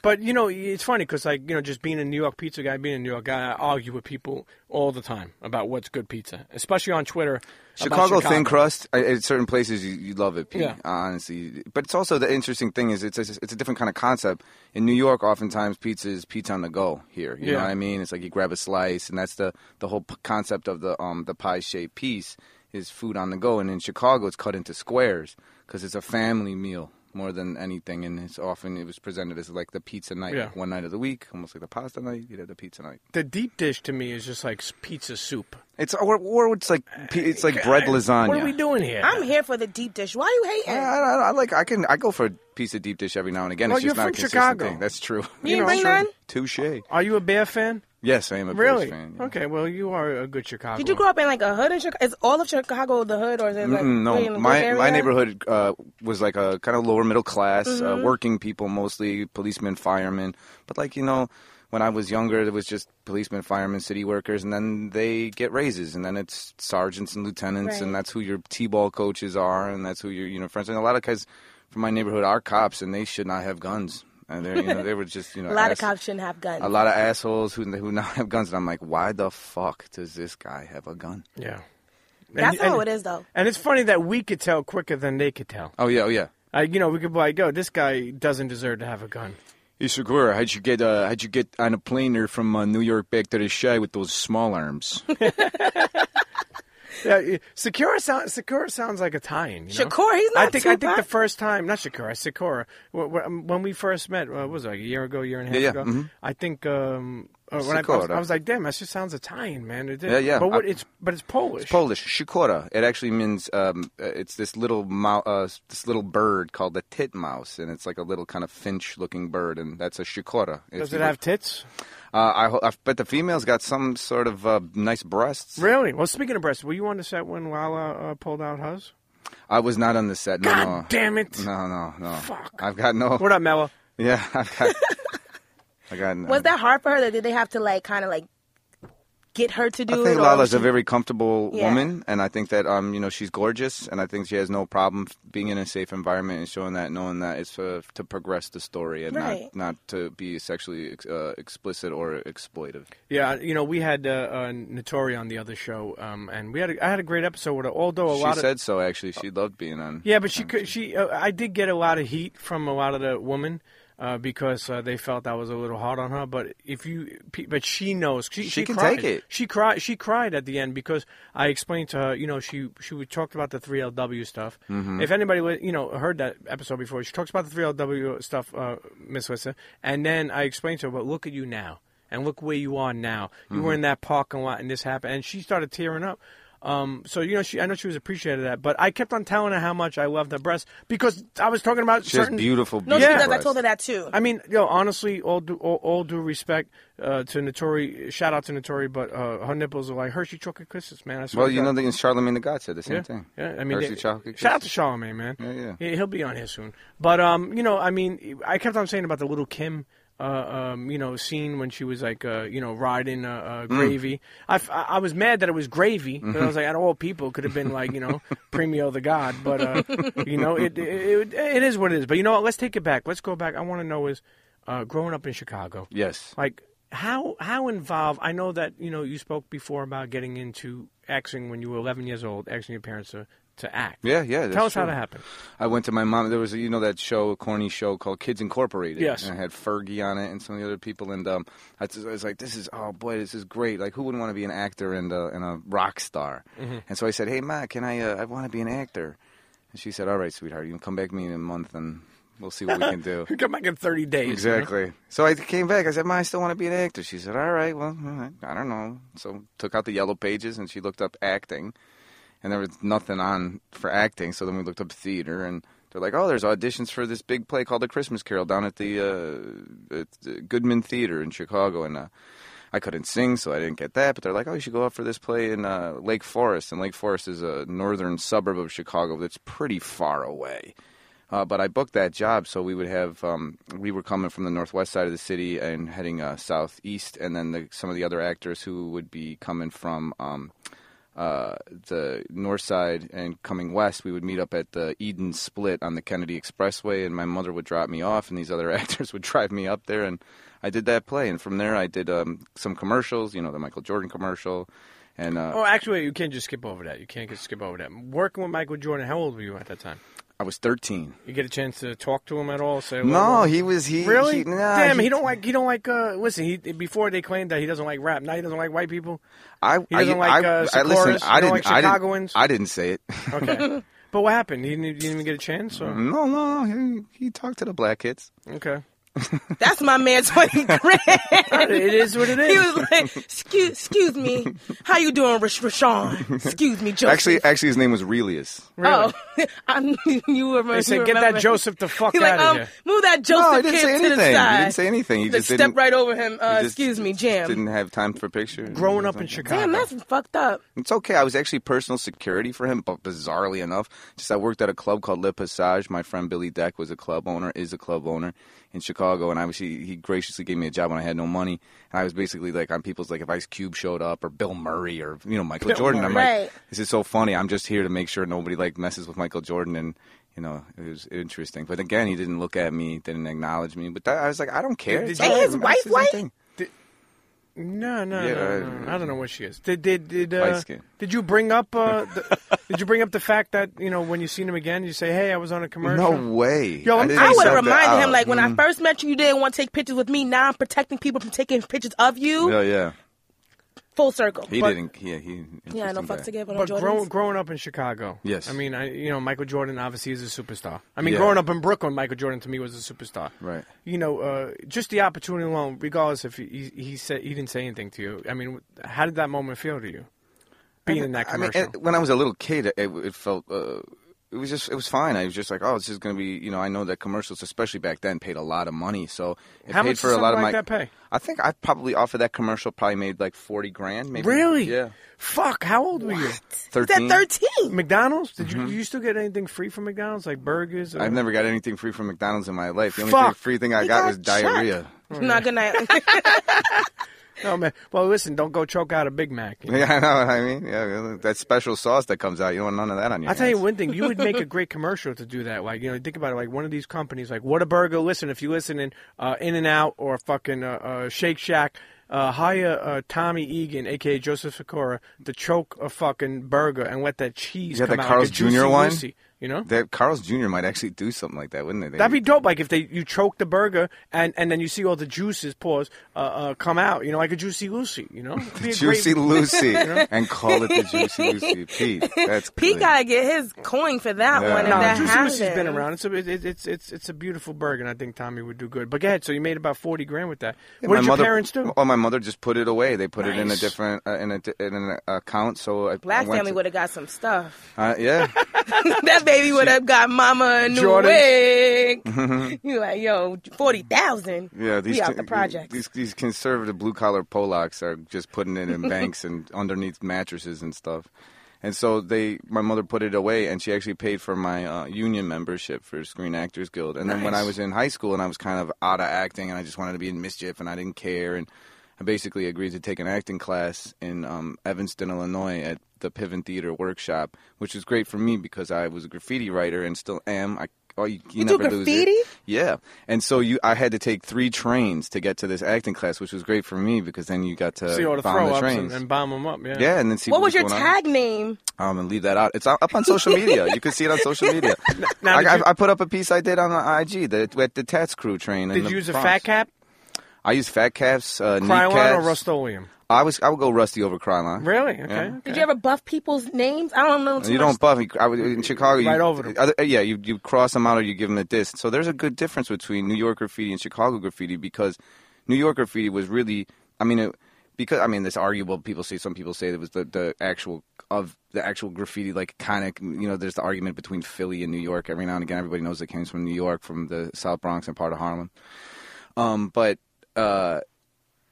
But you know, it's funny because like you know, just being a New York pizza guy, being a New York guy, I argue with people all the time about what's good pizza, especially on Twitter. about Chicago, thin Chicago. crust. I- At certain places, you, you love it, Pete. Yeah. Honestly, but it's also the interesting thing is it's a, it's a different kind of concept. In New York, oftentimes pizza is pizza on the go. Here, you know Yeah. what I mean? It's like you grab a slice, and that's the the whole p- concept of the um the pie shaped piece is food on the go. And in Chicago, it's cut into squares because it's a family meal more than anything, and it's often it was presented as like the pizza night, Yeah. like one night of the week, almost like the pasta night. You know, the pizza night. The deep dish to me is just like s- pizza soup. It's or, or it's like p- it's like bread lasagna. What are we doing here? I'm here for the deep dish. Why you hating? I, I, I like. I can. I go for a piece of deep dish every now and again. Well, it's you're just not from a consistent Chicago. thing. That's true. You didn't bring none? Touche. Are you a Bear fan? Yes, I am a Bears Really? fan. yeah. Okay, well, you are a good Chicago. Did you grow up in like a hood in Chicago? Is all of Chicago the hood, or is it like Mm, really in no, the my good area? my neighborhood uh, was like a kind of lower middle class, Mm-hmm. uh, working people mostly, policemen, firemen. But like you know, when I was younger, it was just policemen, firemen, city workers, and then they get raises, and then it's sergeants and lieutenants, and Right. that's who your t-ball coaches are, and that's who your you know friends. And a lot of guys from my neighborhood are cops, and they should not have guns. And they are you know they were just you know A lot of ass- cops shouldn't have guns. a lot of assholes who who now have guns, and I'm like, why the fuck does this guy have a gun? Yeah. That's and, how and- it is, though. And it's funny that we could tell quicker than they could tell. Oh yeah, oh yeah. I, you know, we could be like, "Yo, this guy doesn't deserve to have a gun." Ishiguro, how'd you get uh, how'd you get on a plane there from uh, New York back to the shy with those small arms? Yeah, yeah, Sakura sounds Sakura sounds like Italian. You know? Shakur, he's not I think I think the first time, not Shakira, Sakura. wh- wh- um, When we first met, uh, what was it, like a year ago, year and a half Yeah, yeah, ago? mhm. I think um, uh, when I, I, was, Sikora. I was like, "Damn, that just sounds Italian, man." It did. Yeah, yeah. But what, I- it's but it's Polish. Polish shikora. It actually means um, uh, it's this little mou- uh, this little bird called the titmouse, and it's like a little kind of finch-looking bird, and that's a shikora. If Does you it look- have tits? Uh, I, ho- I bet the female's got some sort of uh, nice breasts. Really? Well, speaking of breasts, were you on the set when Lala uh, pulled out hers? I was not on the set. No, God no. damn it! No, no, no. Fuck. I've got no. What up, Mella? Yeah, I've got. I got. Was that hard for her? Or did they have to like kind of like get her to do I it? think or Lala's she- a very comfortable Yeah. woman, and I think that um, you know, she's gorgeous, and I think she has no problem f- being in a safe environment and showing that, knowing that it's uh, to progress the story and Right. not not to be sexually ex- uh, explicit or exploitive. Yeah, you know, we had uh, uh, Notori on the other show, um, and we had a, I had a great episode with her. Although a she lot of said so. Actually, she loved being on. yeah, but she could she uh, I did get a lot of heat from a lot of the women uh, because uh, they felt I was a little hard on her. But if you pe- but she knows she, she, can cried. take it. She cried. She cried at the end because I explained to her. You know, she she would- talked about the three LW stuff. Mm-hmm. If anybody would, you know heard that episode before, she talks about the three LW stuff, uh, Miss Lissa. And then I explained to her, but look at you now, and look where you are now. You Mm-hmm. were in that parking lot, and this happened, and she started tearing up. Um, so you know, she I know she was appreciative of that, but I kept on telling her how much I loved her breasts because I was talking about She certain has beautiful. No, she beautiful does. I breasts. told her that too. I mean, yo, honestly, all due, all, all due respect uh, to Notori. Shout out to Notori, but uh, her nipples are like Hershey chocolate kisses, man. I swear Well, to you know, God. the, Charlemagne the God said the same yeah, thing. yeah. I mean, they- Hershey chocolate shout out to kisses. Charlemagne, man. Yeah, yeah. He, will be on here soon. But um, you know, I mean, I kept on saying about the little Kim. Uh, um, you know, scene when she was like, uh, you know, riding Mm. uh, uh, gravy. I f I I I, was mad that it was gravy, but I Mm-hmm. was like, out of all people, could have been like, you know, Premio the God. But uh, you know, it, it it it is what it is. But you know what? Let's take it back. Let's go back. I want to know is uh, growing up in Chicago. Yes. Like how how involved? I know that you know you spoke before about getting into acting when you were 11 years old, asking your parents to, to act. Yeah, yeah. that's Tell us how true. that happened. I went to my mom. There was, a, you know, that show, a corny show called Kids Incorporated. Yes. And I had Fergie on it and some of the other people. And um, I, just, I was like, this is, oh boy, this is great. Like, who wouldn't want to be an actor and a, and a rock star? And so I said, hey, Ma, can I, uh, I want to be an actor. And she said, all right, sweetheart, you can come back to me in a month and we'll see what we can do. You come back in 30 days. you know? Exactly. So I came back. I said, Ma, I still want to be an actor. She said, All right, well, all right, I don't know. So took out the yellow pages and she looked up acting, and there was nothing on for acting. So then we looked up theater, and they're like, Oh, there's auditions for this big play called The Christmas Carol down at the, uh, at the Goodman Theater in Chicago, and. Uh, I couldn't sing, so I didn't get that. But they're like, oh, you should go out for this play in uh, Lake Forest, and Lake Forest is a northern suburb of Chicago that's pretty far away. Uh, but I booked that job, so we would have um, we were coming from the northwest side of the city and heading uh, southeast, and then the, some of the other actors who would be coming from um, uh, the north side and coming west, we would meet up at the Eden Split on the Kennedy Expressway, and my mother would drop me off, and these other actors would drive me up there, and I did that play, and from there I did um, some commercials, you know, the Michael Jordan commercial, and uh, Oh, actually, you can't just skip over that. You can't just skip over that. Working with Michael Jordan, how old were you at that time? I was 13. You get a chance to talk to him at all? Say, No, well, he was he really? he- nah, Damn, he- he, don't like. He don't like. Uh, listen, he before they claimed that he doesn't like rap. Now he doesn't like white people. I, He doesn't I, like, I, uh, I, listen, Sicoris, I he don't didn't, like I Chicagoans. didn't, I didn't say it. Okay, but what happened? He didn't, he didn't even get a chance. Or? no, no, he, he talked to the black kids. Okay, That's my man, Twenty Grand. it is what it He is. was like, "Excuse, excuse me, how you doing, Rash- Rashawn? Excuse me, Joseph." Actually, actually, his name was Relius. Really. oh, I knew you remember. They you said, "Get remember. that Joseph the fuck He's out like, of um, here." move that No, Joseph he didn't kid to the say anything. He side. didn't say anything. He Like, just step didn't, right over him. Uh, just excuse me, Jam. Didn't have time for pictures. Growing up in Chicago. Damn, that's fucked up. It's okay. I was actually personal security for him, but bizarrely enough, just I worked at a club called Le Passage. My friend Billy Deck was a club owner, is a club owner in Chicago, and I was he, he graciously gave me a job when I had no money, and I was basically like on people's like if Ice Cube showed up or Bill Murray or you know Michael Jordan. I'm Murray. like, Right. this is so funny. I'm just here to make sure nobody like messes with Michael Jordan and. You know, it was interesting, but again, he didn't look at me, didn't acknowledge me. But that, I was like, I don't care. Did- It's did all his right. wife That's his own white? thing. No, no, Yeah, no, no, no. I don't know what she is. Did did did Light uh, skin. did you bring up uh, the, did you bring up the fact that you know when you seen him again, you say, "Hey, I was on a commercial." No way. Yo, I'm- didn't They I would sub have that Mm. reminded him, out. like, when I first met you, you didn't want to take pictures with me. Now I'm protecting people from taking pictures of you. Yeah, yeah. Full circle. He But- didn't. Yeah, he. yeah, no interesting guy. fucks to give on But grow, Jordan. growing up in Chicago, Yes. I mean, I, you know, Michael Jordan obviously is a superstar. I mean, Yeah. growing up in Brooklyn, Michael Jordan to me was a superstar. Right. You know, uh, just the opportunity alone, regardless if he, he he said he didn't say anything to you. I mean, how did that moment feel to you? Being in that I mean, commercial, it- when I was a little kid, it, it felt. Uh, it was just, it was fine. I was just like, oh, this is going to be, you know, I know that commercials, especially back then, paid a lot of money. So it How paid much for does a lot of something my. like that pay? I think I probably off of that commercial probably made like forty grand, maybe. really? Yeah, Fuck. How old were you? thirteen. He's at 13. McDonald's? Did you, do you still get anything free from McDonald's, like burgers? Or... I've Mm-hmm. never got anything free from McDonald's in my life. The only Fuck. thing, free thing I He got, got was checked. diarrhea. Mm. Not good night. No man. Well, listen, don't go choke out a Big Mac. you know? Yeah, I know what I mean. Yeah, that special sauce that comes out, you don't want none of that on your. I'll tell you hands. one thing. You would make a great commercial to do that. Like, you know, think about it. Like, one of these companies, like Whataburger, listen, if you're listening, uh, In and Out or fucking uh, uh, Shake Shack, uh, hire uh, Tommy Egan, a.k.a. Joseph Sakura, to choke a fucking burger and let that cheese Yeah, come that out. Carl's like a Juicy Jr. one? Lucy, you know? That Carl's Jr. might actually do something like that, wouldn't it? That'd be dope. Like if they you choke the burger and, and then you see all the juices pause uh, uh, come out. You know, like a juicy Lucy. You know, It'd be a great- Juicy Lucy, and call it the Juicy Lucy. Pete, that's Pete good. got to get his coin for that Yeah. one. No, if that Juicy happens. Lucy's been around. It's a it, it- it's it's it's a beautiful burger, and I think Tommy would do good. But go ahead. So you made about forty grand with that. what My did your mother- parents do? Oh, my mother just put it away. They put it in a Nice. different uh, in a di- in an account. So I, Black I went family to- would have got some stuff. Uh, yeah, that baby would have got mama a new Jordans. wig. you like, yo, forty thousand. Mm-hmm. yeah. These we out t- the project. These these conservative blue collar Polacks are just putting it in banks and underneath mattresses and stuff. And so they, my mother put it away, and she actually paid for my uh, union membership for Screen Actors Guild. And then when I was in high school and I was kind of out of acting, and I just wanted to be in mischief, and I didn't care, and I basically agreed to take an acting class in um, Evanston, Illinois, at the Piven Theater Workshop, which was great for me because I was a graffiti writer and still am. I oh, you, you, You do never lose it. graffiti? Yeah, and so you, I had to take three trains to get to this acting class, which was great for me because then you got to See all the bomb throw the ups trains. and, and bomb them up. Yeah. yeah, and then see what was what's your going on. tag name? Um, and leave that out. It's up on social media. You can see it on social media. Now, I, did you- I, I put up a piece I did on the IG the, at the Tats Crew train. in Did the you use a Bronx. fat cap, I use fat caps, uh, Krylon, or kneecaps. Rust-Oleum? I was I would go rusty over Krylon. Really? Okay. Yeah. okay. Did you ever buff people's names? I don't know. Too You much. don't buff. me. I would, in Chicago, Right you, over them. other- yeah, you you cross them out or you give them a disc. So there's a good difference between New York graffiti and Chicago graffiti because New York graffiti was really, I mean, it, because I mean, this arguable. People say some people say it was the the actual of the actual graffiti, like iconic. You know, there's the argument between Philly and New York. Every now and again, everybody knows it came from New York, from the South Bronx and part of Harlem. Um, but uh,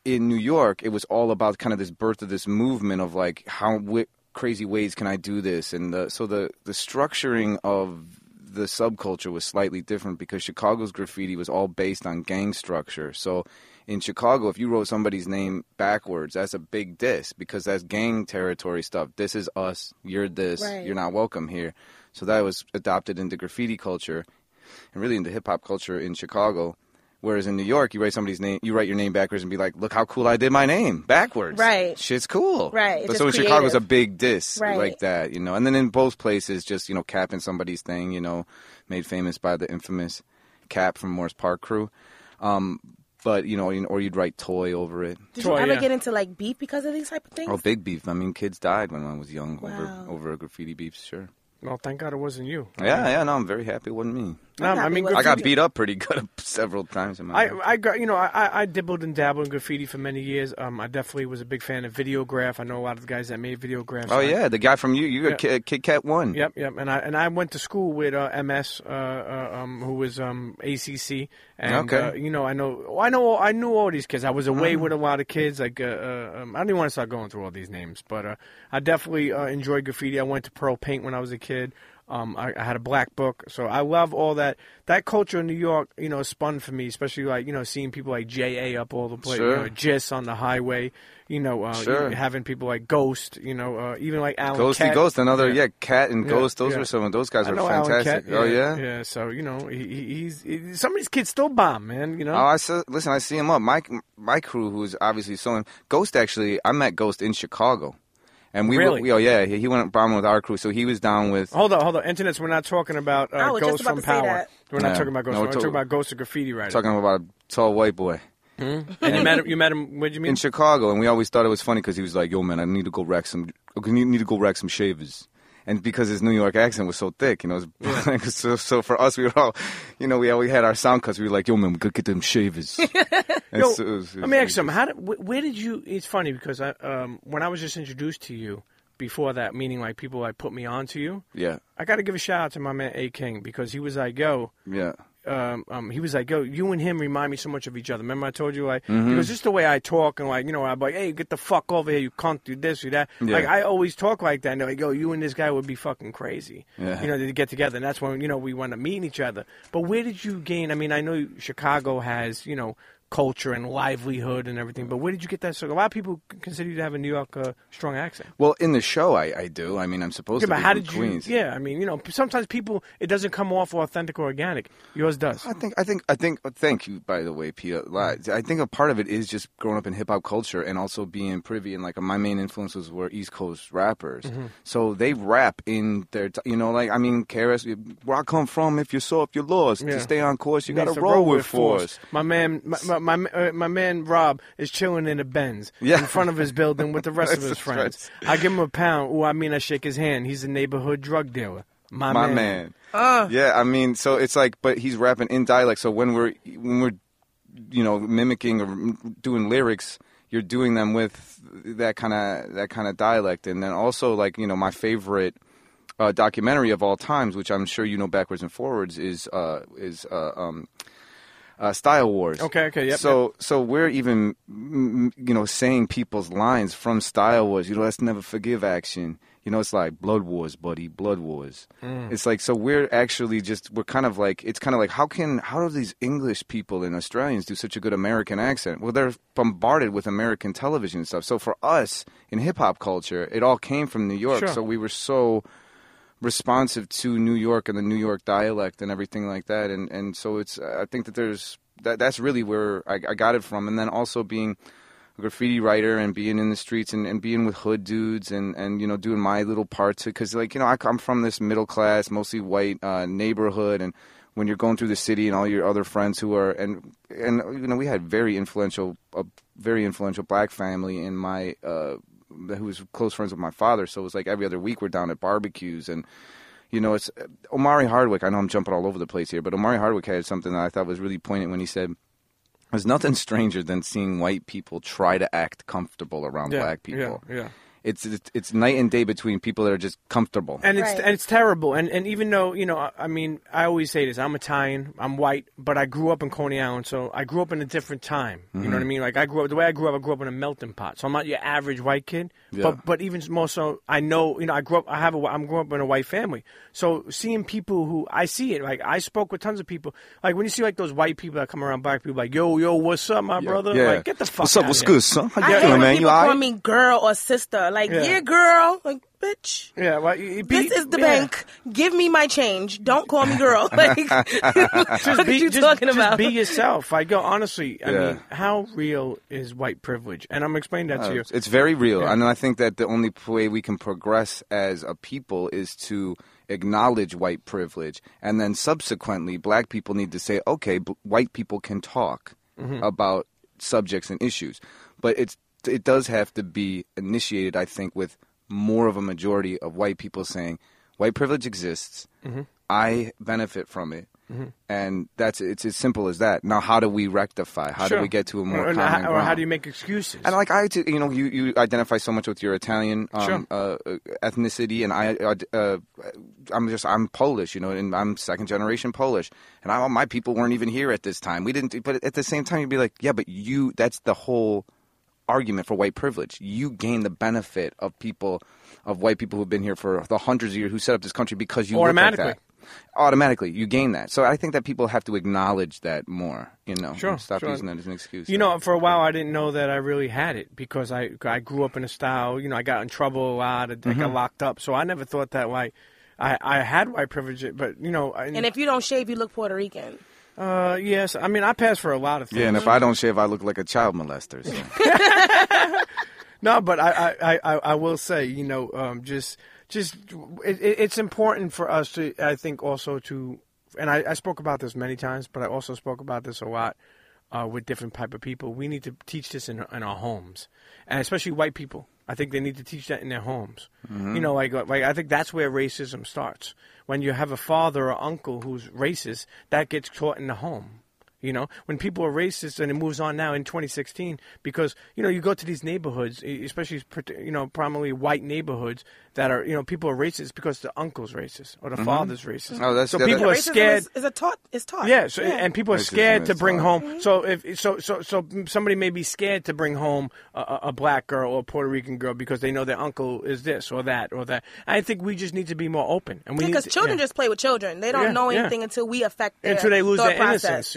in New York, it was all about kind of this birth of this movement of like how w- crazy ways can I do this, and the, so the the structuring of the subculture was slightly different because Chicago's graffiti was all based on gang structure. So in Chicago, if you wrote somebody's name backwards, that's a big diss because that's gang territory stuff. This is us. You're this. Right. You're not welcome here. So that was adopted into graffiti culture and really into hip hop culture in Chicago. Whereas in New York, you write somebody's name, you write your name backwards and be like, "Look how cool I did my name backwards." Right. Shit's cool. Right. But It's so in just Chicago, it's a creative. big diss Right. like that, you know. And then in both places, just you know, capping somebody's thing, you know, made famous by the infamous Cap from Morris Park Crew. Um, but you know, you- or you'd write toy over it. Did Toy, you ever yeah. get into like beef because of these type of things? Oh, big beef. I mean, kids died when I was young Wow. over over graffiti beefs. Sure. Well, thank God it wasn't you. Yeah, yeah. No, I'm very happy it wasn't me. No, I happy mean, with I got graffiti- beat up pretty good several times in my I, life. I got you know I- I, I dibbled and dabbled in graffiti for many years. Um, I definitely was a big fan of videograph. I know a lot of the guys that made videographs. Oh I- yeah, the guy from you, you got Yeah. Ki- Kit Kat One. Yep, yep. And I and I went to school with uh, MS, uh, uh, um, who was um, ACC, and Okay. Mm-hmm. uh, you know I know I know I knew all these kids. I was away with a lot of kids. Like uh, uh, um, I don't even want to start going through all these names, but uh, I definitely uh, enjoyed graffiti. I went to Pearl Paint when I was a kid. Um, I, I had a black book, so I love all that. That culture in New York, you know, spun for me, especially like you know seeing people like JA up all the place, Sure. you know, Jis on the highway, you know, uh, Sure. having people like Ghost, you know, uh, even like Alan Ghosty Cat. Ghost, another Yeah. yeah, Cat and Yeah, Ghost. Those yeah. were some of those guys I were know Alan fantastic. Cat, Oh yeah. yeah. So you know, he, he- he's he, some of these kids still bomb, man. You know, Oh, I saw, listen. I see him up. My my crew, who's obviously so in, Ghost. Actually, I met Ghost in Chicago, and we were- Really? Oh. we- oh yeah, he, he went bombing with our crew, so he was down with. hold on, hold on. Internets, we're not talking about I uh, was just ghosts about from to say power. that. We're not Yeah. talking about ghosts. No, we're we're talking talking- about ghosts of graffiti writers. Talking about a tall white boy and you met him. You met him. Where'd you meet? in him? Chicago, and we always thought it was funny because he was like, "Yo, man, I need to go rack some. I need to go rack some shavers." And because his New York accent was so thick, you know, it was- so, so for us, we were all, you know, we always had our sound cuts. We were like, "Yo, man, we could get them shavers." And Yo, so it was- it let was- me ask you something. How did, wh- where did you? It's funny because I, um, when I was just introduced to you before that, meaning like people like put me on to you. Yeah, I got to give a shout out to my man A King because he was like, "Yo, yeah. um, um, he was like, "Yo, you and him remind me so much of each other." Remember, I told you like Mm-hmm. because just the way I talk and like you know I'm like, "Hey, get the fuck over here, you cunt, do this, do that." Yeah. Like I always talk like that. And they're like, "Yo, you and this guy would be fucking crazy." Yeah. You know, they get together, and that's when you know we want to meet each other. But where did you gain? I mean, I know Chicago has you know culture and livelihood and everything, but where did you get that? So a lot of people consider you to have a New York uh, strong accent. Well, in the show, I, I do. I mean, I'm supposed Yeah, to but be how from did you? Queens. Yeah, I mean, you know, sometimes people it doesn't come off authentic or organic. Yours does. I think I think I think uh, thank you by the way, Pete. a lot. I think a part of it is just growing up in hip hop culture and also being privy and like my main influences were East Coast rappers. So they rap in their t- you know like I mean KRS where I come from if you're soft you're lost Yeah. to stay on course you got Needs to roll with force. force. My man, my my, my, uh, my man Rob is chilling in the Benz Yeah. in front of his building with the rest of That's his the friends. I give him a pound. Oh, I mean, I shake his hand. He's a neighborhood drug dealer. My, my man. man. Yeah, I mean, so it's like, but he's rapping in dialect. So when we're when we're, you know, mimicking or m- doing lyrics, you're doing them with that kind of that kind of dialect, and then also like you know my favorite. Uh, documentary of all times, which I'm sure you know backwards and forwards, is uh, is uh, um, uh, Style Wars. Okay, okay, yep, So so we're even mm, you know saying people's lines from Style Wars. You know, let's never forgive action. You know, it's like Blood Wars, buddy, Blood Wars. Hmm. It's like so we're actually just we're kind of like it's kind of like how can how do these English people and Australians do such a good American accent? Well, they're bombarded with American television and stuff. So for us in hip hop culture, it all came from New York. Sure. So we were so responsive to New York and the New York dialect and everything like that. And and so it's I think that there's that that's really where I, I got it from. And then also being a graffiti writer and being in the streets and, and being with hood dudes and, and you know doing my little part to because like you know I come from this middle class mostly white uh, neighborhood and when you're going through the city and all your other friends who are and and you know we had very influential a very influential black family in my uh, who was close friends with my father so it was like every other week we're down at barbecues and you know, it's Omari Hardwick. I know I'm jumping all over the place here, but Omari Hardwick had something that I thought was really poignant when he said, "There's nothing stranger than seeing white people try to act comfortable around Yeah, black people." yeah, yeah. it's it's, it's night and day between people that are just comfortable. and it's Right. and it's terrible. And and even though you know, I, I mean, I always say this: I'm Italian, I'm white, but I grew up in Coney Island, so I grew up in a different time. You know Mm-hmm. what I mean? Like I grew up the way I grew up, I grew up in a melting pot. So I'm not your average white kid. Yeah. But but even more so, I know you know I grew up. I have a, wh- I'm growing up in a white family, so seeing people who I see it like I spoke with tons of people. Like when you see like those white people that come around black people, like yo yo, what's up, my brother? yeah. Like get the fuck. What's up? outta What's here. good, son? How I you hate feeling, when man? You people all call me right? girl or sister. Like, Yeah. yeah, girl. Like, bitch. Yeah, well, y- y- be- This is the yeah. bank. Give me my change. Don't call me girl. Like, what are you just, talking just about? be yourself. I go honestly. I Yeah. mean, how real is white privilege? And I'm explaining that to you. Oh, It's- It's very real. And I think that the only p- way we can progress as a people is to acknowledge white privilege. And then subsequently, black people need to say, okay, b- white people can talk Mm-hmm. about subjects and issues. But it's it does have to be initiated, I think, with more of a majority of white people saying, white privilege exists. Mm-hmm. I benefit from it. And that's it's as simple as that. Now, how do we rectify? How Sure. do we get to a more or, or common how, or how ground? do you make excuses? And like I, t- you know, you, you identify so much with your Italian um, uh, uh, ethnicity, and I, uh, uh, I'm just I'm Polish, you know, and I'm second generation Polish, and I, my people weren't even here at this time. We didn't, but at the same time, you'd be like, yeah, but you, that's the whole argument for white privilege. You gain the benefit of people, of white people who've been here for the hundreds of years who set up this country because you look like Automatically. that. Automatically, you gain that. So I think that people have to acknowledge that more. You know, Sure, and stop sure. using that as an excuse. you know, for a while I didn't know that I really had it because I I grew up in a style. You know, I got in trouble a lot. I Mm-hmm. got locked up, so I never thought that like I I had white privilege. But you know, I, and if you don't shave, you look Puerto Rican. uh, yes, I mean I pass for a lot of things. Yeah, and if I don't shave, I look like a child molester. so. No, but I, I, I- I, I will say, you know, um, just just it, it, it's important for us to, I think, also to, and I, I spoke about this many times, but I also spoke about this a lot uh, with different type of people. We need to teach this in in our homes, and especially white people. I think they need to teach that in their homes. You know, like uh, like I think that's where racism starts. When you have a father or uncle who's racist, that gets taught in the home. You know, when people are racist and it moves on now in 2016, because you know you go to these neighborhoods, e- especially part- you know primarily white neighborhoods that are you know people are racist because the uncle's racist or the father's racist. Mm-hmm. Oh, that's- so yeah, that- people are Racism scared. Is, is a taught. It's taught. Mm-hmm. Yeah, so, and people are Racism scared to is bring taught. home. So if so so so somebody may be scared to bring home a- a, a black girl or a Puerto Rican girl because they know their uncle is this or that or that. I think we just need to be more open, and we need Because to- children yeah. just play with children. They don't Yeah, know yeah. anything until we affect their Until they lose thought their process.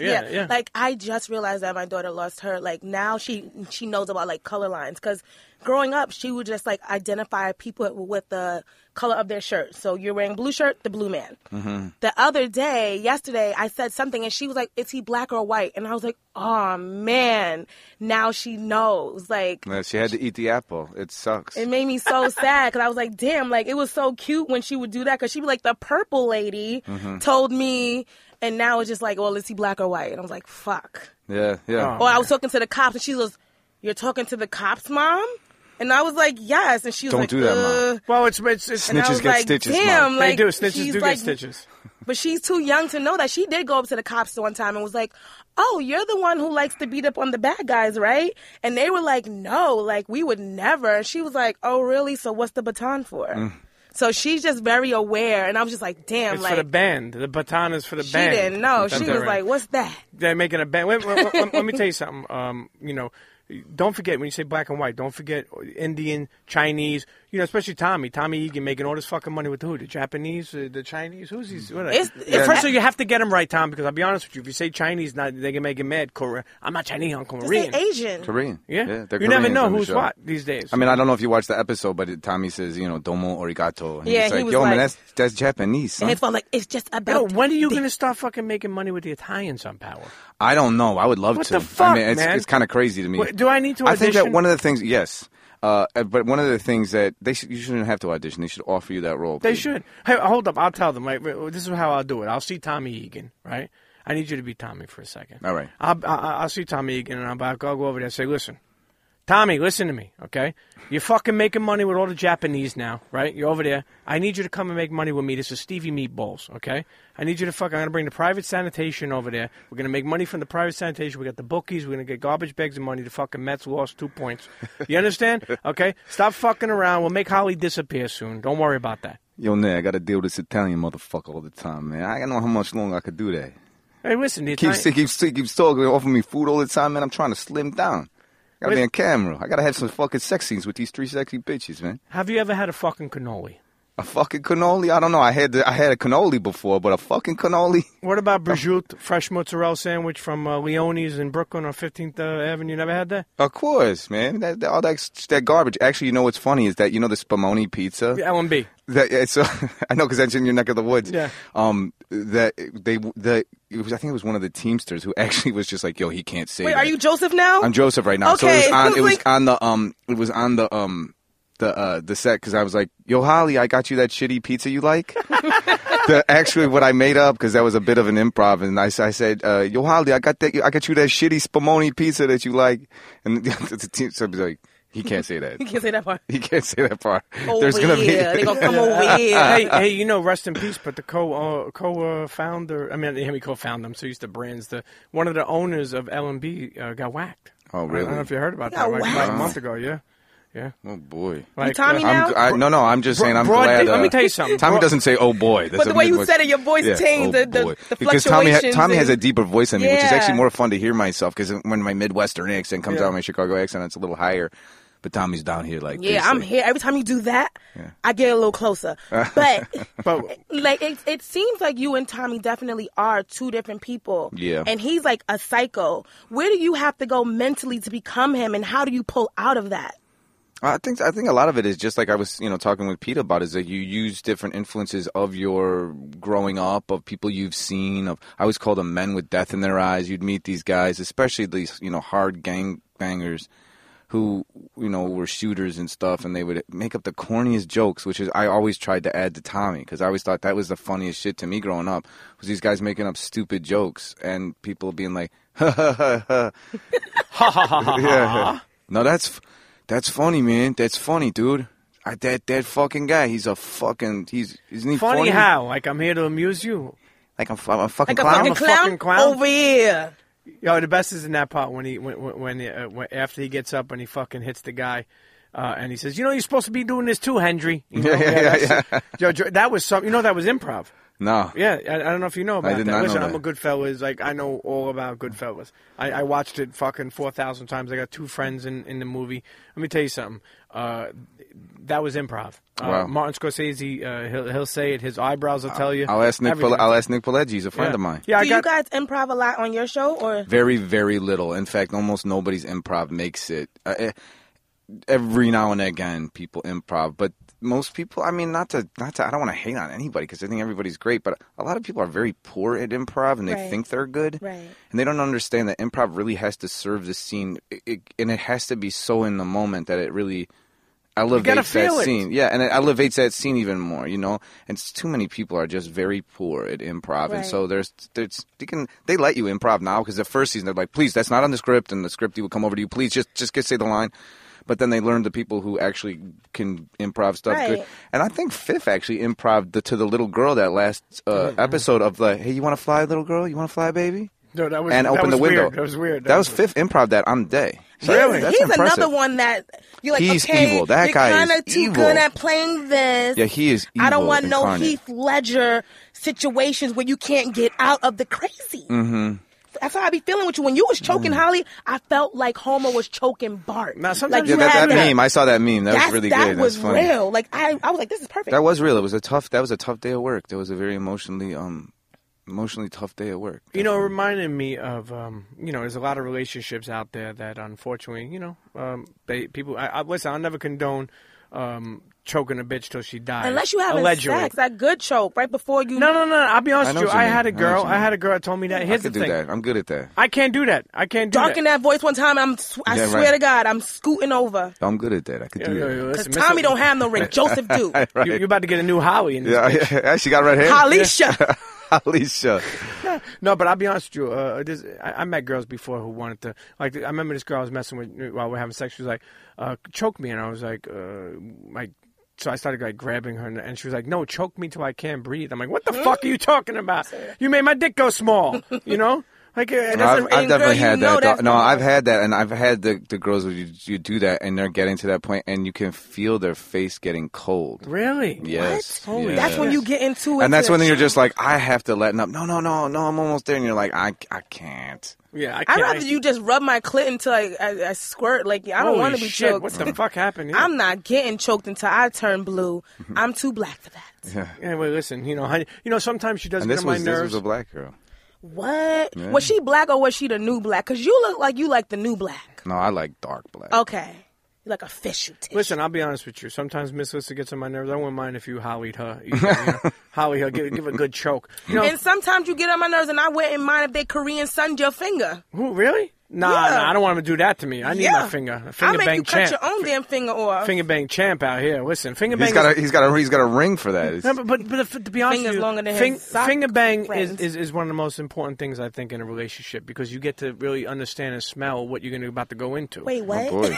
innocence. Yeah, yeah. Like I just realized that my daughter lost her. Like now she she knows about like color lines because growing up she would just like identify people with the color of their shirt. So you're wearing blue shirt, the blue man. Mm-hmm. The other day, yesterday, I said something and she was like, "Is he black or white?" And I was like, "Oh man!" Now she knows. Like Yeah, she had to eat the apple. It sucks. it made me so sad because I was like, damn, like it was so cute when she would do that because she'd be like, the purple lady Mm-hmm. told me, and now it's just like, well, is he black or white? And I was like, fuck. yeah, yeah. Oh. Or I was talking to the cops, and she was, you're talking to the cops, mom? And I was like, yes. And she was Don't like, do that, Mom. "Uh." well, it's it's, it's And I Snitches was get like, stitches, Mom. damn, They like they do snitches she's do like- get stitches. But she's too young to know that. She did go up to the cops one time and was like, "Oh, you're the one who likes to beat up on the bad guys, right?" And they were like, "No, like we would never." And she was like, "Oh, really? So what's the baton for?" So she's just very aware, and I was just like, "Damn, Mm. It's like for the band. The baton is for the she band. didn't know." That's She was right. like, "What's that?" they're making a band. Let, let- let- let me tell you something. Um, you know, don't forget when you say black and white. Don't forget Indian, Chinese. You know, especially Tommy. Tommy Egan making all this fucking money with who? The Japanese, uh, the Chinese. Who's these? What are- It's- it's- First of all, you have to get them right, Tom. Because I'll be honest with you, if you say Chinese, not they can make it mad. Korea. I'm not Chinese. I'm Is it Korean. Asian? Korean. Yeah, yeah you they're never Koreans know on the who's show. what these days. I mean, I don't know if you watched the episode, but it, Tommy says, you know, domo arigato. And Yeah, he's he like, was yo, like- man, that's, that's Japanese, son. And it's all like it's just Yo, about. when are you going to start fucking making money with the Italians on power? I don't know. I would love What to. the fuck, I mean, it's, man? it's kind of crazy to me. Wait, do I need to I think that audition? one of the things, yes. Uh, uh, but one of the things that they should, you shouldn't have to audition. They should offer you that role. They Pete. should. Hey, hold up. I'll tell them. Right, this is how I'll do it. I'll see Tommy Egan. Right. I need you to be Tommy for a second. All right. I'll, I- I'll see Tommy Egan, and I'll, I'll go over there and say, "Listen, Tommy, listen to me, okay? You're fucking making money with all the Japanese now, right? You're over there. I need you to come and make money with me. This is Stevie Meatballs, okay? I need you to fuck. I'm gonna bring the private sanitation over there. We're gonna make money from the private sanitation. We got the bookies. We're gonna get garbage bags of money. The fucking Mets lost two points. You understand? Okay. Stop fucking around. We'll make Holly disappear soon. Don't worry about that. Yo, Nick, I gotta deal with this Italian motherfucker all the time, man. I don't know how much longer I could do that. Hey, listen, the Keeps, Italian- keeps, keeps talking, offering me food all the time, man. I'm trying to slim down. I gotta be Wait. on camera. I gotta have some fucking sex scenes with these three sexy bitches, man. have you ever had a fucking cannoli? A fucking cannoli? I don't know. I had the, I had a cannoli before, but a fucking cannoli? What about brijout, fresh mozzarella sandwich from uh, Leone's in Brooklyn on 15th uh, Avenue? You never had that? Of course, man. That, that- all that that garbage. Actually, you know what's funny is that you know the Spumoni pizza. L and B. That, yeah, so I know because that's in your neck of the woods. Yeah. Um. That they the it was I think it was one of the Teamsters who actually was just like, "Yo, he can't say." Wait, that. are you Joseph now? I'm Joseph right now. So it Okay, was on. it's It was like- on the um. It was on the um. The uh the set because I was like, "Yo, Holly, I got you that shitty pizza you like." the actually what I made up because that was a bit of an improv, and I, s- I said, uh, "Yo, Holly, I got that. I got you that shitty spumoni pizza that you like." And the, the team so I was like, "He can't say that. You can't say that part. Oh, He can't say that part. Over There's gonna be." here. They're going to come over here. hey, hey, you know, rest in peace. But the co uh, co uh, founder, I mean, him, he co-founded them. So he used to brands. The one of the owners of L and B uh, got whacked. Oh, I don't really? know if you heard about that. Got Like, about a whacked? month ago, yeah. Oh boy. Like, Tommy uh, now? I'm, I, no, no. I'm just Bro- saying. I'm broad glad. day- let uh, me tell you something. Tommy Bro- doesn't say "oh boy." That's But the way a- you said it, your voice changed, the- the- oh, boy. the because Tommy, ha- fluctuations Tommy has a and- deeper voice than me, which is actually Yeah. more fun to hear myself. Because when my Midwestern accent comes Yeah. out, of my Chicago accent, it's a little higher. But Tommy's down here like Yeah, this, I'm like- here. Every time you do that, I get a little closer. But, But- like, it, it seems like you and Tommy definitely are two different people. Yeah. And he's like a psycho. Where do you have to go mentally to become him, and how do you pull out of that? I think I think a lot of it is just like I was, you know, talking with Pete about is that you use different influences of your growing up, of people you've seen, of I always call them men with death in their eyes. You'd meet these guys, especially these, you know, hard gang bangers who, you know, were shooters and stuff and they would make up the corniest jokes, which is I always tried to add to Tommy because I always thought that was the funniest shit to me growing up was these guys making up stupid jokes and people being like, ha ha ha ha yeah. No, that's that's funny, man. That's funny, dude. I, that that fucking guy. He's a fucking. He's isn't he funny funny? how? Like I'm here to amuse you. Like I'm, I'm a fucking Like a clown. fucking a clown, fucking clown. over here. Yo, the best is in that part when he when when, uh, when after he gets up and he fucking hits the guy, uh, and he says, "You know, you're supposed to be doing this too, Henry." You know? Yeah, yeah, yeah, that's- Yo, Dr- that was some. You know, that was improv. no. Yeah, I, I don't know if you know about did that. not know Listen, that. I'm a Goodfellas. Like I know all about Goodfellas. I, I watched it fucking four thousand times. I got two friends in, in the movie. Let me tell you something. Uh, that was improv. Uh, Wow. Martin Scorsese, uh, he'll he'll say it. His eyebrows will tell you. I'll ask Nick. Everything. Pal- I'll ask Nick Pileggi. He's a friend yeah. of mine. Yeah, I do got. you guys improv a lot on your show, or Very, very little. In fact, almost nobody's improv makes it. Uh, eh, every now and again, people improv, but most people. I mean, not to, not to. I don't want to hate on anybody because I think everybody's great, but a lot of people are very poor at improv and they Right. think they're good, Right. And they don't understand that improv really has to serve the scene, it, it, and it has to be so in the moment that it really elevates that feel it. scene. Yeah, and it elevates that scene even more, you know. And it's too many people are just very poor at improv, and Right. so there's there's they can they let you improv now because the first season they're like, please, that's not on the script, and the script would come over to you, please, just just get say the line. But then they learn the people who actually can improv stuff good. Right. And I think Fifth actually improv the, to the little girl that last uh, episode of the, hey, you want to fly, little girl? You want to fly, baby? No, that was, and that was open the window. Weird. That was weird. That, was Fifth improv that on day. Really? That's he's impressive. another one that you're like, He's okay, evil. That you're guy is kinda too evil. good at playing this. Yeah, he is I don't evil want no incarnate. Heath Ledger situations where you can't get out of the crazy. Mm-hmm. That's how I be feeling with you. When you was Mm. choking Holly, I felt like Homer was choking Bart. Now, sometimes like you Yeah, you have that, had that meme. I saw that meme. That that's- was really that good. was That's funny. real. Like I, I was like, this is perfect. That was real. It was a tough. That was a tough day at work. That was a very emotionally, um, emotionally tough day at work. You know, it reminded me of um, you know, there's a lot of relationships out there that unfortunately, you know, um, they people. I, I, listen, I'll never condone um, choking a bitch till she dies. Unless you having allegedly. sex, that good choke right before you. No, no, no. I'll be honest I know with you. what you I mean. had a I know girl. what you I mean. had a girl that told me that. I Here's the could do thing. that. I'm good at that. I can't do that. I can't do Darken that. that voice one time. I'm. sw- I Yeah, swear right. to God, I'm scooting over I'm good at that. I could do Yo, yo, yo, that. because listen, Mr. Tommy don't have no Rick Joseph do. Right. You, are about to get a new Howie in this. yeah, yeah. She got red hair. Alicia. Alicia. No, no, but I'll be honest with you. Uh, this, I, I met girls before who wanted to. Like, I remember this girl I was messing with uh, while we are having sex. She was like, uh, "Choke me," and I was like, uh, "Like." So I started like grabbing her, and, and she was like, "No, choke me till I can't breathe." I'm like, "What the fuck are you talking about? You made my dick go small." You know, like uh, it I've, doesn't. I've and girl, definitely you had know that. that's though. No, not I've had that, and I've had the, the girls where you, you do that, and they're getting to that point, and you can feel their face getting cold. really? Yes. Holy yes. That's when you get into it. and that's when you're just like, I have to let up. No, no, no, no, I'm almost there, and you're like, I, I can't. Yeah. I I'd can't, rather you just rub my clit until I, I, I squirt. Like I don't Holy want to be shit, choked. What the fuck happened? here? I'm not getting choked until I turn blue. Mm-hmm. I'm too black for that. Anyway, listen, you know, I, you know, sometimes she does And get this on my was this was nerves. a black girl. What? Was she black or was she the new black? Cause you look like you like the new black. No, I like dark black. Okay, you like a fish. You take. Listen, I'll be honest with you. Sometimes Miss Lissa gets on my nerves. I wouldn't mind if you hollied her. You know, holly her, give, give a good choke. You know, And sometimes you get on my nerves, and I wouldn't mind if they Korean sunned your finger. who, really? Nah, Yeah. nah, I don't want him to do that to me. I need yeah, my finger. A I'll Finger make bang you champ. cut your own damn finger off. Finger bang champ out here. Listen, finger bang. He's is- got a he's got a he's got a ring for that. It's- No, but, but, but to be honest, Fingers with you, longer than his sock finger bang is, friends. is, is one of the most important things I think in a relationship because you get to really understand and smell what you're going to about to go into. Wait, what? oh boy.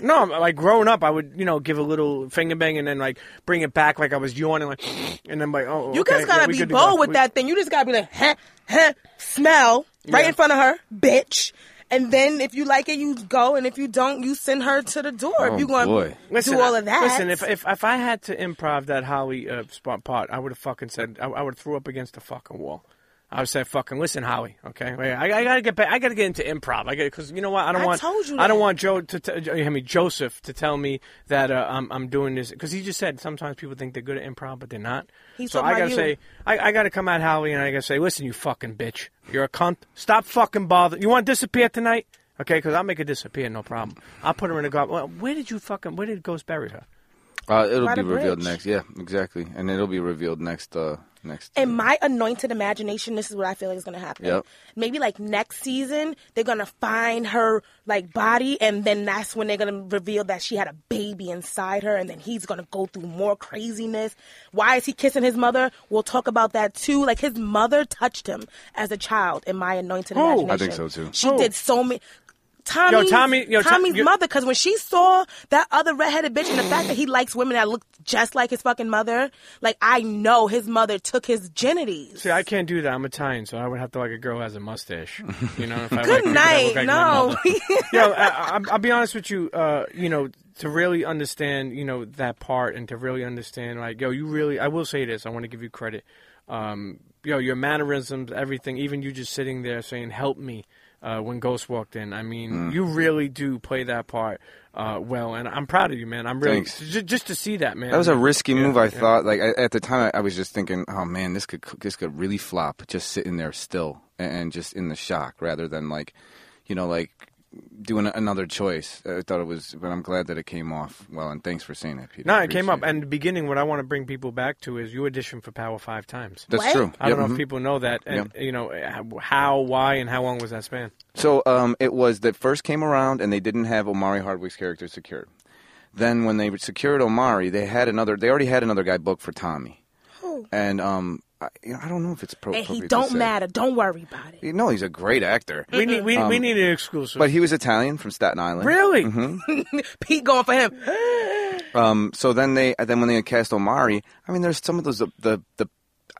No, I'm- like growing up, I would you know give a little finger bang and then like bring it back like I was yawning, like, and then like oh. You okay, guys gotta yeah, we be good to bold go. with We- that thing. You just gotta be like, huh, huh, smell right in front of her, bitch. And then if you like it, you go, and if you don't, you send her to the door. Oh, if you gonna boy. do all I- of that, Listen, if if, if I had to improv that Holly uh, spot part, I would have fucking said I, I would have threw up against the fucking wall. I would say, "Fucking listen, Holly. Okay, Wait, I, I gotta get back. I gotta get into improv. I got because you know what? I don't I want. told you I don't that. want Uh, Joe to. T- I mean, Joseph to tell me that uh, I'm I'm doing this because he just said sometimes people think they're good at improv, but they're not. He's so talking I gotta about you. say, I, I gotta come at Holly and I gotta say, listen, you fucking bitch. You're a cunt. Stop fucking bothering. You want to disappear tonight? Okay, because I'll make her disappear, no problem. I'll put her in a garbage. Well, where did you fucking? Where did Ghost bury her? Uh, it'll By be the revealed bridge. next. Yeah, exactly. And it'll be revealed next uh next. in my anointed imagination, this is what I feel like is gonna happen. Yep. Maybe like next season, they're gonna find her like body, and then that's when they're gonna reveal that she had a baby inside her, and then he's gonna go through more craziness. Why is he kissing his mother? We'll talk about that too. Like his mother touched him as a child in my anointed imagination. Oh, I think so, too. Oh. She Who? did so many. Tommy's, Tommy- yo, Tom- Tommy's yo- mother, because when she saw that other redheaded bitch and the fact that he likes women that look just like his fucking mother, like I know his mother took his genities. See, I can't do that. I'm Italian, so I would have to like a girl who has a mustache. You know, if I like Good people that night. look like my no. mother. you know, I, I, I'll be honest with you. Uh, you know, to really understand, you know, that part, and to really understand, like, yo, you really. I will say this. I want to give you credit. Um, yo, your mannerisms, everything. Even you just sitting there saying, "Help me." Uh, when Ghost walked in, I mean, Mm. you really do play that part uh, well, and I'm proud of you, man. I'm really Thanks. j- just to see that, man. That was a risky move. I thought, like I- at the time, I, I was just thinking, oh man, this could this could really flop. Just sitting there still and, and just in the shock, rather than like, you know, like doing another choice. I thought it was, but I'm glad that it came off well. And thanks for saying that, Peter. No, it came up. Appreciate it. And the beginning, what I want to bring people back to is you auditioned for Power five times. that's What? true. I don't Yep, know mhm. if people know that, and you know uh, how, why, and how long was that span? So um, it was that first came around, and they didn't have Omari Hardwick's character secured. Then when they secured Omari, they had another. They already had another guy booked for Tommy. And um, I, you know, I don't know if it's appropriate. and he to don't say. matter. Don't worry about it. No, he's a great actor. We need we, we need an exclusive. Um, But he was Italian from Staten Island. really, Pete going for him. Um, so then they then when they cast Omari, I mean, there's some of those the the. the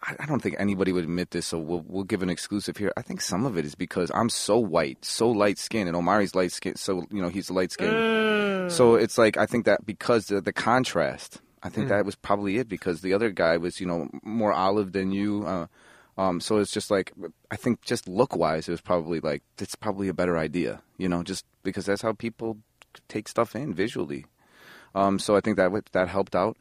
I I don't think anybody would admit this, so we'll, we'll give an exclusive here. I think some of it is because I'm so white, so light skinned, and Omari's light skinned, so you know he's light skinned. Mm. So it's like I think that because the, the contrast, I Mm. think that was probably it because the other guy was you know more olive than you. Uh, um, so it's just like I think just look wise, it was probably like it's probably a better idea, you know, just because that's how people take stuff in visually. Um, so I think that would- that helped out.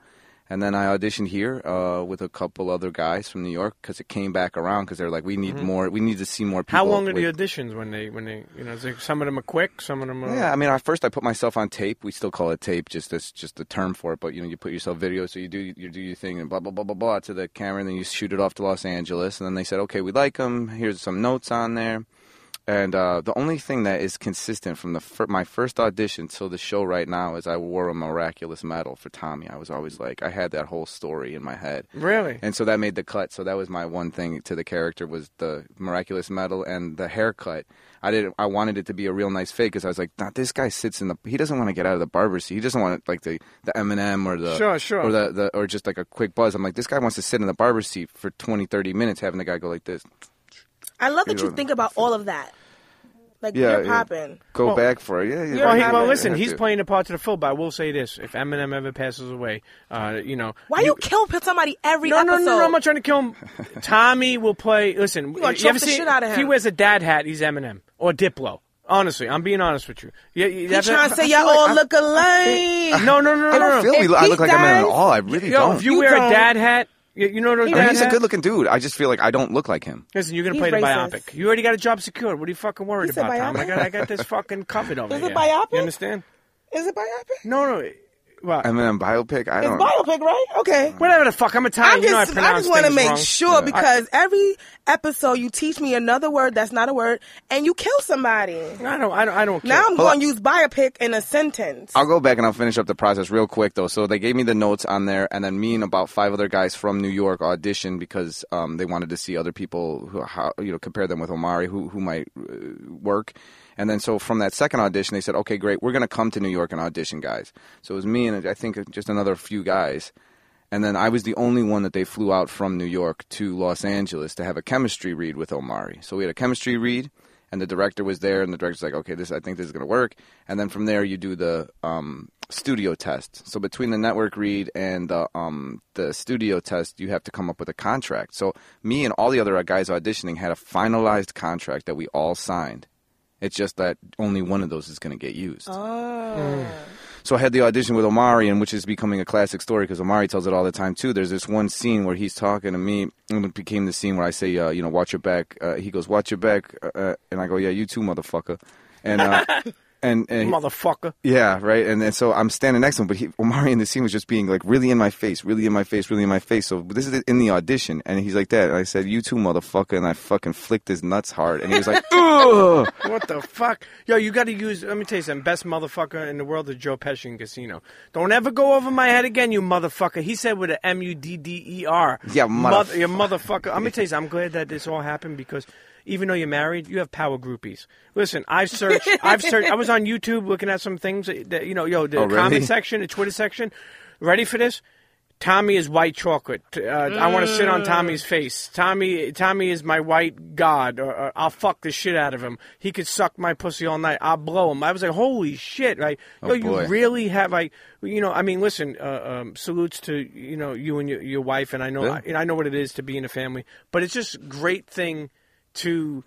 And then I auditioned here uh, with a couple other guys from New York because it came back around because they're like, we need more, we need to see more people. Mm-hmm. how long are with- the auditions when they when they you know it's like some of them are quick, some of them are yeah, I mean, I first I put myself on tape. We still call it tape, just that's just the term for it. But you know, you put yourself video, so you do you do your thing and blah blah blah blah blah to the camera, and then you shoot it off to Los Angeles, and then they said, okay, we like them. Here's some notes on there. And uh, the only thing that is consistent from the fir- my first audition till the show right now is I wore a miraculous medal for Tommy. I was always like I had that whole story in my head. Really? And so that made the cut. So that was my one thing to the character was the miraculous medal and the haircut. I didn't. I wanted it to be a real nice fade because I was like, nah, this guy sits in the. He doesn't want to get out of the barber seat. He doesn't want like the the Eminem or the Sure, sure. or the, the or just like a quick buzz. I'm like, this guy wants to sit in the barber seat for 20, 30 minutes, having the guy go like this. I love that You you know, think about all of that. Like Yeah, you're yeah. popping. Go Well- back for it. Yeah, yeah. Well, he, yeah, well, yeah, listen, yeah, he's yeah. playing a part to the full, but I will say this: if Eminem ever passes away, uh, you know, Why you kill somebody every No, no, episode? no, no, I'm not trying to kill him. Tommy will play. Listen, gonna you choke ever the see? shit outta If him. he wears a dad hat, he's Eminem or Diplo. Honestly, I'm being honest with you. Yeah, you He that's- trying to say y'all all look alike. No, no, no, no, I no. don't feel If we look, I he look like I'm in dies- at all. I really Yo, don't. if you, You wear a don't. dad hat, you, you know what I'm He saying? I mean, he's a Yeah. good-looking dude. I just feel like I don't look like him. Listen, you're gonna He's play the racist. biopic. You already got a job secured. What are you fucking worried He said about, Tom? biopic? I got, I got this fucking covered over Is here. it biopic? You understand? Is it biopic? No, no. Well, I mean, I'm biopic. I don't. It's biopic, right? Okay. whatever the fuck. I'm Italian. I'm you know I just, I pronounce just want to things make wrong. sure because every episode you teach me another word that's not a word, and you kill somebody. I don't. I don't. I don't care. Now I'm Hold going on. to use biopic in a sentence. I'll go back and I'll finish up the process real quick though. So they gave me the notes on there, and then me and about five other guys from New York auditioned because um, they wanted to see other people who how, you know compare them with Omari who who might uh, work. And then so from that second audition, they said, okay, great, we're gonna come to New York and audition guys. So it was me and I think just another few guys. And then I was the only one that they flew out from New York to Los Angeles to have a chemistry read with Omari. So we had a chemistry read, and the director was there, and the director's like, "Okay, this I think this is going to work." And then from there, you do the um, studio test. So between the network read and the um, the studio test, you have to come up with a contract. So me and all the other guys auditioning had a finalized contract that we all signed. It's just that only one of those is going to get used. So I had the audition with Omari, and which is becoming a classic story because Omari tells it all the time too. There's this one scene where he's talking to me, and it became the scene where I say, uh, you know, watch your back. Uh, he goes, watch your back, uh, uh, and I go, yeah, you too, motherfucker, and uh, and and motherfucker. yeah, right. And, and so I'm standing next to him, but he, Omari in the scene was just being like really in my face, really in my face, really in my face. So this is in the audition, and he's like that. And I said, you too, motherfucker, and I fucking flicked his nuts hard, and he was like, ugh. What the fuck? Yo, you got to use. Let me tell you something. Best motherfucker in the world is Joe Pesci in Casino. Don't ever go over my head again, you motherfucker. He said with a M U D D E R. Yeah, Mother- motherfucker. you motherfucker. Let me tell you something. I'm glad that this all happened because even though you're married, you have power groupies. Listen, I've searched. I've searched. I was on YouTube looking at some things that you know, yo, the Oh, really? comment section, the Twitter section. Ready for this? Tommy is white chocolate. Uh, I want to sit on Tommy's face. Tommy, Tommy is my white god. Or, or I'll fuck the shit out of him. He could suck my pussy all night. I'll blow him. I was like, holy shit! Like, yo, Oh, boy. you really have like, you know, I mean, listen. Uh, um, salutes to you know you and your, your wife, and I know, Yeah. I, I know what it is to be in a family, but it's just great thing to.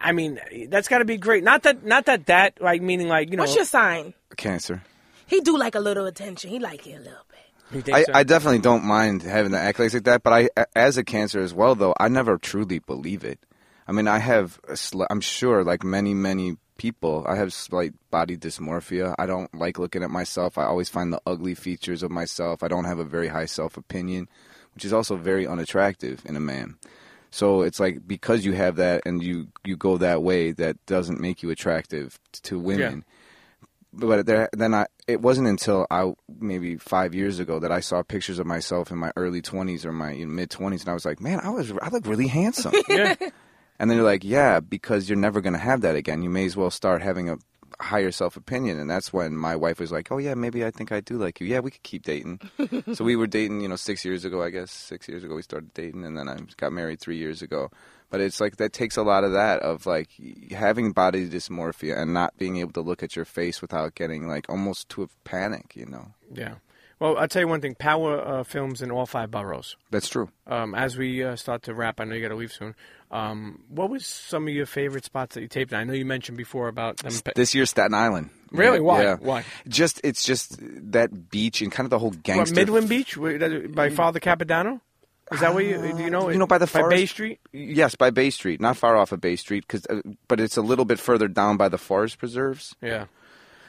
I mean, that's got to be great. Not that, not that that like meaning like you know. What's your sign? cancer. He do like a little attention. He like it a little bit. You think I, so? I definitely don't mind having the accolades like that, but I, a- as a cancer as well, though, I never truly believe it. I mean, I have, a sli- I'm sure, like many, many people, I have slight body dysmorphia. I don't like looking at myself. I always find the ugly features of myself. I don't have a very high self opinion, which is also very unattractive in a man. So it's like because you have that and you you go that way, that doesn't make you attractive t- to women but there, then I it wasn't until I maybe five years ago that I saw pictures of myself in my early twenties or my mid twenties, and I was like, man, I was I look really handsome. Yeah. And then you're like, yeah, because you're never going to have that again. You may as well start having a higher self opinion. And that's when my wife was like, oh yeah, maybe I think I do like you. Yeah, we could keep dating. so we were dating, you know, six years ago, I guess. Six years ago we started dating, and then I got married three years ago. But it's like that takes a lot of that of like having body dysmorphia and not being able to look at your face without getting like almost to a panic, you know. Yeah. Well, I'll tell you one thing. Power uh, films in all five boroughs. That's true. Um, as we uh, start to wrap, I know you got to leave soon. Um, what was some of your favorite spots that you taped? I know you mentioned before about them. pa- This year, Staten Island. Really? Why? Why? Just it's just that beach and kind of the whole what, gangster Midland Beach Where- that- by Father Capodanno. Is that where you do you know? Mm. you know, by the by forest- Bay Street. Yes, by Bay Street, not far off of Bay Street, 'cause, uh, but it's a little bit further down by the forest preserves. Yeah.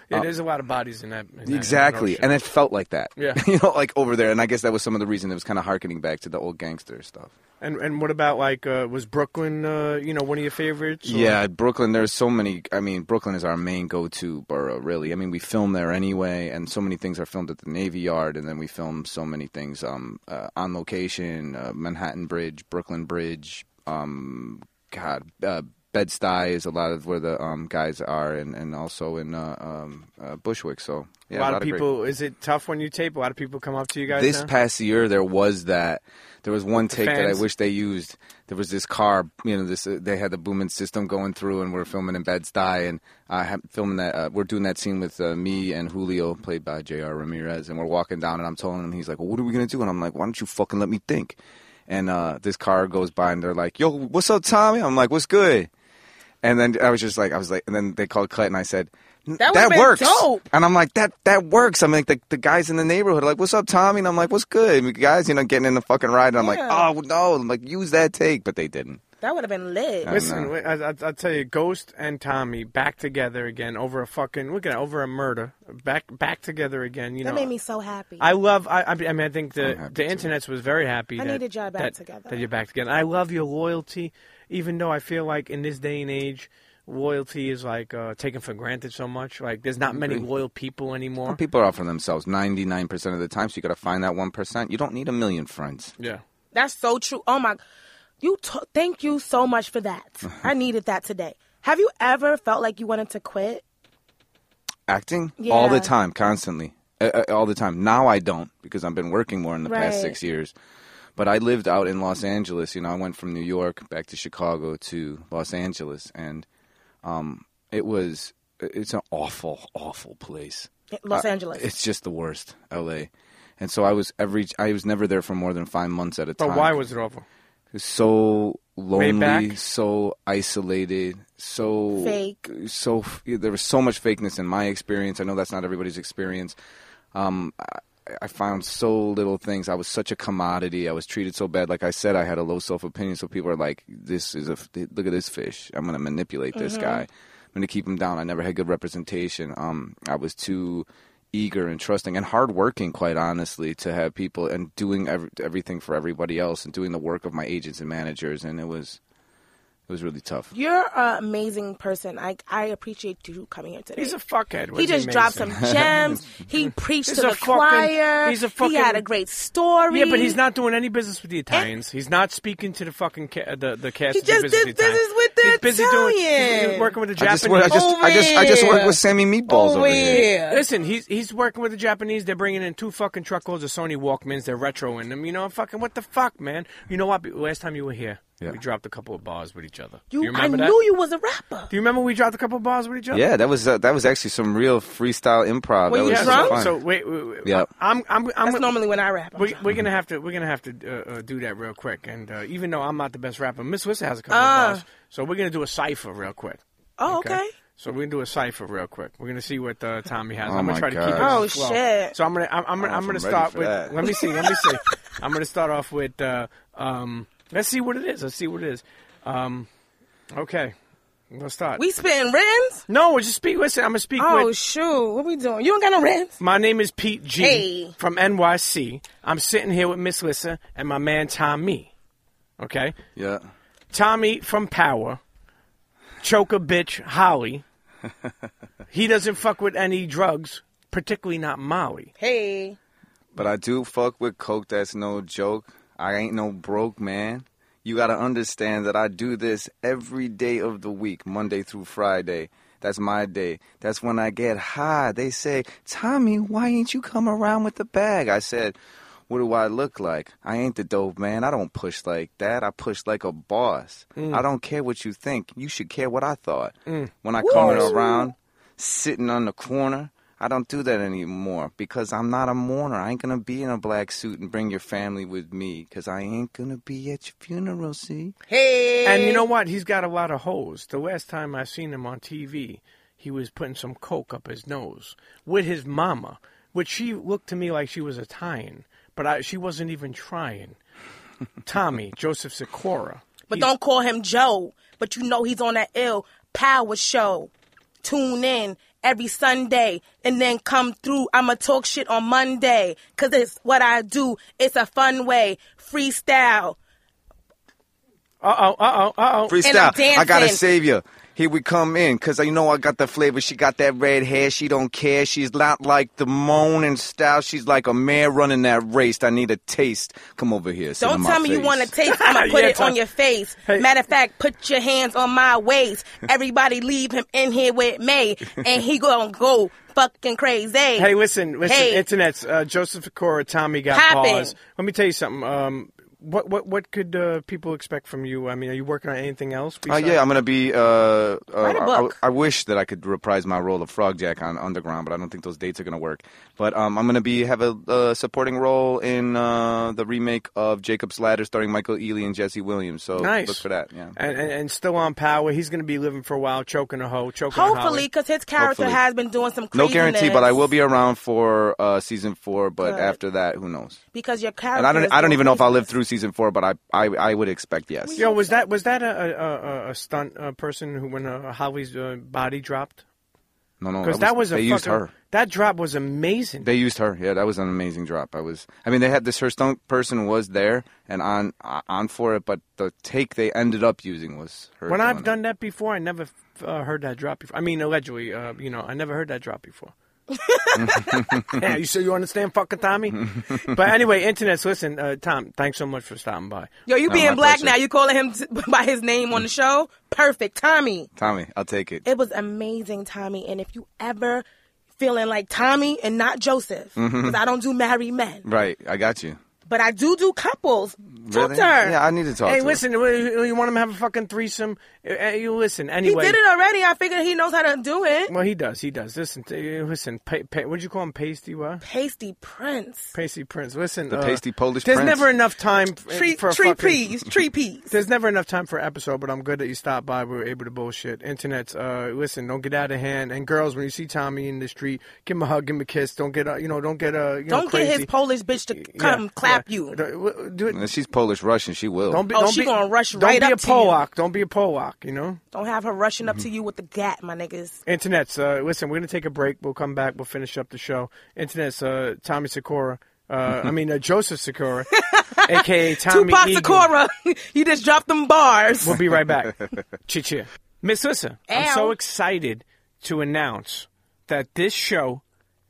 Yeah, there's a lot of bodies in that. in that- in that Exactly, orchard. and it felt like that. Yeah. you know, like over there, and I guess that was some of the reason it was kind of harkening back to the old gangster stuff. And and what about like uh, was Brooklyn uh, you know one of your favorites? or- Yeah, Brooklyn. There's so many. I mean, Brooklyn is our main go-to borough, really. I mean, we film there anyway, and so many things are filmed at the Navy Yard, and then we film so many things um, uh, on location: uh, Manhattan Bridge, Brooklyn Bridge. Um, God, uh, Bed Stuy is a lot of where the um, guys are, and and also in uh, um, uh, Bushwick. So a yeah, lot of great- people. Is it tough when you tape? A lot of people come up to you guys. this now? past year there was that there was one take that I fans. wish they used. There was this car, you know, this uh, they had the booming system going through, and we're filming in Bed Stuy, and I have filming that. Uh, we're doing that scene with uh, me and Julio, played by J.R. Ramirez, and we're walking down, and I'm telling him, he's like, well, "What are we gonna do?" And I'm like, "Why don't you fucking let me think?" And uh, this car goes by, and they're like, "Yo, what's up, Tommy?" I'm like, "What's good?" And then I was just like, I was like, and then they called Cut, and I said, "N- That "That, would've been works." dope. And I'm like, "That that works." I'm like, the, the guys in the neighborhood are like, "What's up, Tommy?" And I'm like, "What's good?" And the guys, you know, getting in the fucking ride, and I'm Yeah. like, "Oh no!" I'm like, "Use that take," but they didn't. That would have been lit. Yeah. Listen, know. wait, I, I, I'll tell you, Ghost and Tommy back together again over a fucking look at it, over a murder, back back together again. You That know, made me so happy. I love. I, I mean, I think I'm the happy the too. internet's was very happy. I that, needed y'all back that- together. That you're back together. I love your loyalty, even though I feel like in this day and age, loyalty is like uh, taken for granted so much. Like there's not many loyal people anymore. People are out for themselves 99 percent of the time, so you got to find that one percent. You don't need a million friends. Yeah. That's so true. Oh my, you. T- thank you so much for that. Uh-huh. I needed that today. Have you ever felt like you wanted to quit? Acting Yeah. all the time, constantly, uh, uh, all the time. Now I don't because I've been working more in the Right. past six years. But I lived out in Los Angeles. You know, I went from New York back to Chicago to Los Angeles, and um, it was it's an awful, awful place. Uh, Los I- Angeles. It's just the worst, L.A. And so I was every I was never there for more than five months at a But time. why was it awful? so Way lonely, back? so isolated, so Fake. So f- there was so much fakeness in my experience. I know that's not everybody's experience. Um, I, I found so little things. I was such a commodity. I was treated so bad. Like I said, I had a low self opinion. So people are like, "This is a f- look at this fish. I'm going to manipulate this guy. I'm going to keep him down." I never had good representation. Um, I was too eager and trusting and hardworking, quite honestly, to have people and doing ev- everything for everybody else and doing the work of my agents and managers. And it was, it was really tough. You're an amazing person. I I appreciate you coming here today. He's a fuckhead. he What's just mean? dropped some gems. He preached He's to a the fucking- choir. he's a he fucking- had a great story. Yeah, but he's not doing any business with the Italians. he's not speaking to the fucking ca- the the cast. He of the just business did the Italians. business with the he's busy doing- he's- he's Italian. working with the I Japanese. just, I just, I just, I just work with Sammy Meatballs over here. Listen, he's he's working with the Japanese. They're bringing in two fucking truckloads of Sony Walkmans. They're retro in them. You know, fucking what the fuck, man. You know what? Last time you were here, Yeah. we dropped a couple of bars with each other. You, Do you I remember that? knew you was a rapper. Do you remember we dropped a couple of bars with each other? Yeah, that was uh, that was actually some real freestyle improv. Were that you was Yeah, so drunk? fun. So wait, wait, wait. Yeah. I'm I'm I'm That's normally when I rap. I'm we, drunk. we're gonna have to we're gonna have to uh, uh, do that real quick. And uh, even though I'm not the best rapper, Miss Wissa has a couple Ah. of bars, so we're gonna do a cipher real quick. oh, okay. So we're gonna do a cipher real quick. We're gonna see what uh, Tommy has. Oh I'm gonna my try to keep it. God. as Oh, well. shit. So I'm gonna I'm, I'm, gonna- I'm know if gonna I'm ready start for with. that. Let me see. Let me see. I'm gonna start off with. Uh, um, let's see what it is. Let's see what it is. Um, okay, let's start. We spitting rims? no, we're just speak. Listen, I'm gonna speak Oh, with. shoot. What we doing? You don't got no rims? My name is Pete G Hey. from NYC. I'm sitting here with Miss Lissa and my man Tommy. Okay, yeah, Tommy from Power, choke a bitch Holly. he doesn't fuck with any drugs, particularly not Molly. Hey. but I do fuck with coke. That's no joke. I ain't no broke man. You gotta understand that I do this every day of the week, Monday through Friday. That's my day. That's when I get high. They say, Tommy, why ain't you come around with the bag? I said, What do I look like? I ain't the dope man. I don't push like that. I push like a boss. I don't care what you think. You should care what I thought. When I come around, sitting on the corner. I don't do that anymore because I'm not a mourner. I ain't gonna be in a black suit and bring your family with me because I ain't gonna be at your funeral. See, Hey. And you know what? He's got a lot of hoes. The last time I seen him on TV, he was putting some coke up his nose with his mama, which she looked to me like she was Italian, but I, she wasn't even trying. Tommy Joseph Sikora. But He- don't call him Joe. But you know he's on that ill power show. Tune in every Sunday and then come through. I'ma talk shit on Monday because it's what I do. It's a fun way. Freestyle. Uh oh, uh oh, uh oh. And I'm Freestyle. I gotta dancing. save you. Here we come in, cause I know I got the flavor. She got that red hair. She don't care. She's not like the moaning style. She's like a mare running that race. I need a taste. Come over here. sit in Don't my tell me you face. want to taste. I'm gonna put Yeah, it on Tasha. your face. Hey. Matter of fact, put your hands on my waist. Everybody leave him in here with May, and he gonna go fucking crazy. Hey, listen, listen, Hey. internets. Uh, Joseph Cora, Tommy got Poppin'. paused. Let me tell you something. Um, what what what could uh, people expect from you? I mean, are you working on anything else? Uh, yeah, I'm gonna be. Uh, uh, Write a I- I- book. I, wish that I could reprise my role of Frog Jack on Underground, but I don't think those dates are gonna work. But um, I'm gonna be have a uh, supporting role in uh, the remake of Jacob's Ladder, starring Michael Ealy and Jesse Williams. So nice. look for that. Yeah. And, and and still on power. He's going to be living for a while, choking a hoe, choking. a Hopefully, holly. because his character Hopefully. has been doing some No craziness. guarantee, but I will be around for uh, season four. But Good. after that, who knows? Because your character. And I don't. is I don't doing even know if I'll live craziness. through season four, but I. I, I would expect yes. Yo, was that was that a a, a- a stunt uh, person who when uh, Holly's uh, body dropped? No, no. Because that was a they used fucking- her. That drop was amazing. They used her. Yeah, that was an amazing drop. I was. I mean, they had this. Her stunt person was there and on on for it, but the take they ended up using was her. when doing I've it. done that before, I never uh, heard that drop before. I mean, allegedly, uh, you know, I never heard that drop before. yeah, you sure you understand, fucking Tommy? but anyway, internets, listen, uh, Tom, thanks so much for stopping by. Yo, you No, being my Mm. black pleasure. now. You calling him t- by his name on the show? Perfect, Tommy. Tommy, I'll take it. It was amazing, Tommy. And if you ever feeling like Tommy and not Joseph, because Mm-hmm. I don't do married men, Right, I got you. but I do do couples. Talk Really? to her. Yeah, I need to talk. Hey, to her. listen, you, you want him to have a fucking threesome? Uh, you listen, he anyway. Mm. did it already. I figured he knows how to do it. Well, he does, he does. Listen, t- uh, listen, pa- pa- what'd you call him, Pasty, what? Pasty Prince. Pasty Prince. Listen, the pasty Polish There's prince. never enough time f- Tree, for a tree fucking- peas. Tree peas. There's never enough time for an episode, but I'm good that you stopped by. We were able to bullshit. Internets, uh, listen, don't get out of hand. And girls, when you see Tommy in the street, give him a hug, give him a kiss. Don't get, uh, you know, don't get, uh, you know, Don't get his crazy. Polish bitch to Yeah, come clap yeah. you. Don't- uh, Do If it. she's Polish Russian. She will. Don't be, Oh, don't she be, gonna rush don't right be up a to you. Polak. Don't be a Polak. You know. Don't have her rushing Mm-hmm. up to you with the gat, my niggas. Internets, uh, listen, we're gonna take a break. We'll come back. We'll finish up the show. Internets, uh, Tommy Sakura. Uh, I mean uh, Joseph Sakura, aka Tommy Tupac Egan. Sakura, you just dropped them bars. We'll be right back. Chicha. Miss Lissa, I'm Ow. so excited to announce that this show,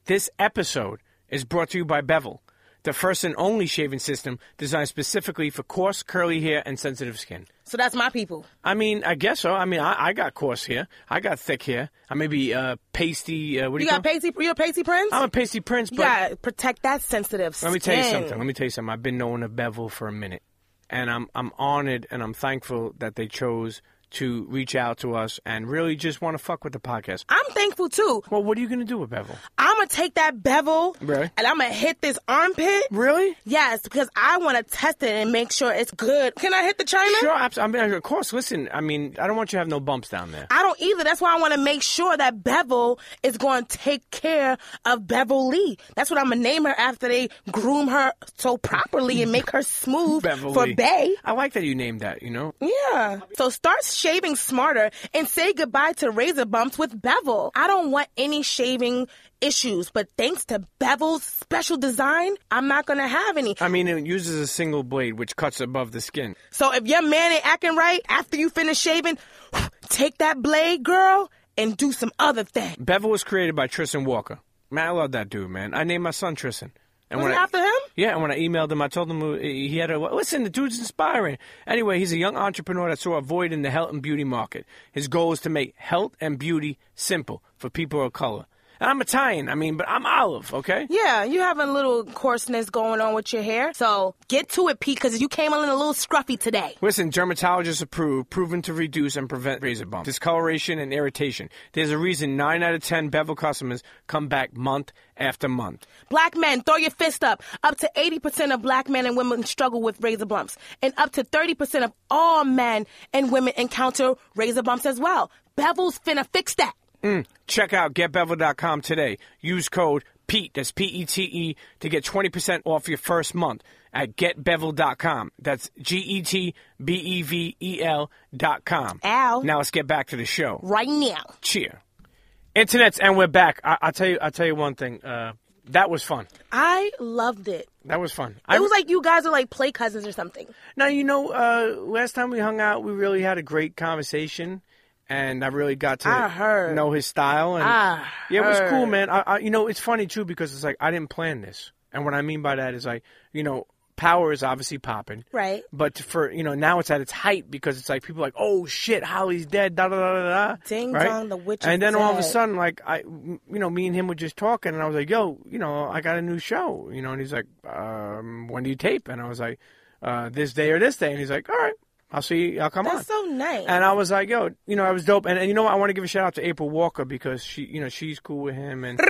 this episode, is brought to you by Bevel, the first and only shaving system designed specifically for coarse, curly hair and sensitive skin. So that's my people. I mean, I guess so. I mean, I, I got coarse hair. I got thick hair. I may be uh, pasty. Uh, what do you You got call it? Pasty, you a Pasty Prince? I'm a pasty prince, you but gotta protect that sensitive let me tell you skin. something. Let me tell you something. I've been knowing a bevel for a minute, and I'm I'm honored and I'm thankful that they chose to reach out to us and really just want to fuck with the podcast. I'm thankful too. Well, what are you gonna do with bevel? I'm gonna take that bevel Really? and I'm gonna hit this armpit. Really? Yes, because I want to test it and make sure it's good. Can I hit the China? Sure. abs- I mean, of course. Listen, I mean, I don't want you to have no bumps down there. I don't either. That's why I want to make sure that Bevel is going to take care of Bevel Lee. That's what I'm gonna name her after they groom her so properly and make her smooth for Beverly. Bay. I like that you named that. You know. Yeah. So start shaving smarter and say goodbye to razor bumps with Bevel. I don't want any shaving issues, but thanks to Bevel's special design, I'm not gonna have any. I mean, it uses a single blade which cuts above the skin. So if your man ain't acting right after you finish shaving, take that blade, girl, and do some other thing. Bevel was created by Tristan Walker. Man, I love that dude, man. I named my son Tristan. And Was it I- after him? Yeah, and when I emailed him, I told him uh, he had a. Listen, the dude's inspiring. Anyway, he's a young entrepreneur that saw a void in the health and beauty market. His goal is to make health and beauty simple for people of color. And I'm Italian, I mean, but I'm olive, okay? Yeah, you have a little coarseness going on with your hair. So get to it, Pete, because you came in a little scruffy today. Listen, dermatologists approved, proven to reduce and prevent razor bumps, discoloration, and irritation. There's a reason 9 out of 10 Bevel customers come back month after month. Black men, throw your fist up. Up to 80% of black men and women struggle with razor bumps. And up to 30% of all men and women encounter razor bumps as well. Bevel's finna fix that. Check out getbevel.com today. Use code PETE, that's P E T E, to get 20% off your first month at getbevel.com. That's G E T B E V E L.com. Ow. Now let's get back to the show. Right now. Cheer. Internets, and we're back. I, I'll tell you. I'll tell you one thing. Uh, that was fun. I loved it. That was fun. It was like you guys are like play cousins or something. Now you know. Uh, last time we hung out, we really had a great conversation, and I really got to I heard. know his style. And I yeah, it was cool, heard. man. I, I, you know, it's funny too because it's like I didn't plan this, and what I mean by that is like you know, power is obviously popping, Right. But for you know, now it's at its height because it's like people are like, oh shit, Holly's dead, da da da da da. Ding right? dong, the witch is And then all of a dead. sudden, like I, you know, me and him were just talking, and I was like, yo, you know, I got a new show, you know, and he's like, um, when do you tape? And I was like, uh, this day or this day, and he's like, all right, I'll see, you. I'll come on. That's so nice. And I was like, yo, you know, I was dope. And, and you know what? I want to give a shout out to April Walker because she, you know, she's cool with him. And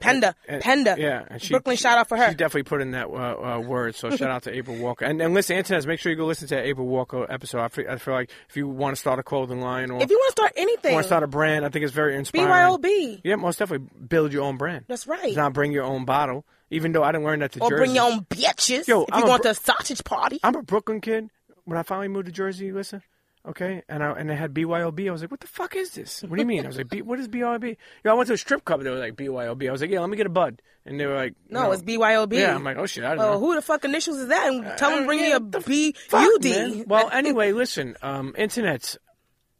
Penda, and- Penda. yeah, and she- Brooklyn shout out for her. she definitely put in that uh, uh, word. So shout out to April Walker. And, and listen, internets, make sure you go listen to that April Walker episode. I feel, I feel like if you want to start a clothing line or if you want to start anything, want to start a brand, I think it's very inspiring. BYOB. Yeah, most definitely build your own brand. That's right. Not bring your own bottle. Even though I didn't learn that to or Jersey. bring your own bitches. Yo, if I'm you a want br- the sausage party. I'm a Brooklyn kid. When I finally moved to Jersey, listen, okay, and I and they had BYOB. I was like, what the fuck is this? What do you mean? I was like, B, what is BYOB? You know, I went to a strip club. They were like BYOB. I was like, yeah, let me get a bud, and they were like, no, it's BYOB. Yeah, I'm like, oh shit, I don't know. well, who the fuck initials is that? And tell them to bring me yeah, a what the B Fuck, U D. man. Well, anyway, listen, um, internets,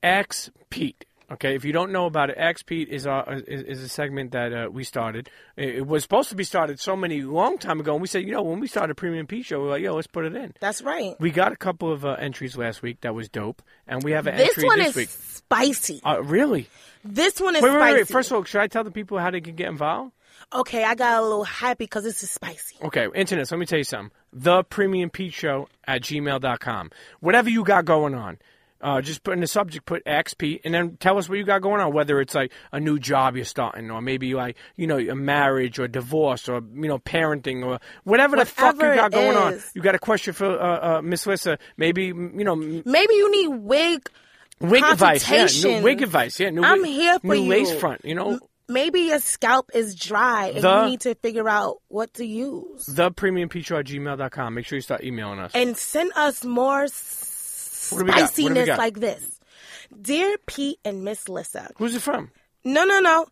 X Pete. Okay, if you don't know about it, X Pete is uh, is, is a segment that uh, we started. It, it was supposed to be started so many long time ago, and we said, you know, when we started Premium Pete Show, we were like, yo, let's put it in. That's right. We got a couple of uh, entries last week that was dope, and we have an This entry one this is week. spicy. Uh, really? This one is Wait, wait, spicy. wait, wait. First of all, should I tell the people how they can get involved? okay, I got a little happy because this is spicy. Okay, internet, let me tell you something. The Premium Pete Show at gmail.com. Whatever you got going on, uh, just put in the subject, put XP, and then tell us what you got going on, whether it's like a new job you're starting, or maybe like, you know, a marriage or divorce or, you know, parenting or whatever the fuck you Whatever got it going on. is. You got a question for uh, uh, Miss Lissa. Maybe, m- you know, m- Maybe you need wig. wig advice. Yeah, Consultation. new wig advice. Yeah, new, I'm wig- here for new you. lace front, you know? Maybe your scalp is dry and The- you need to figure out what to use. The Premium Pete Show at gmail.com. Make sure you start emailing us. and send us more s- What do we got? What do we spiciness got? like this. Dear Pete and Miss Lissa, Who's it from? no, no, no.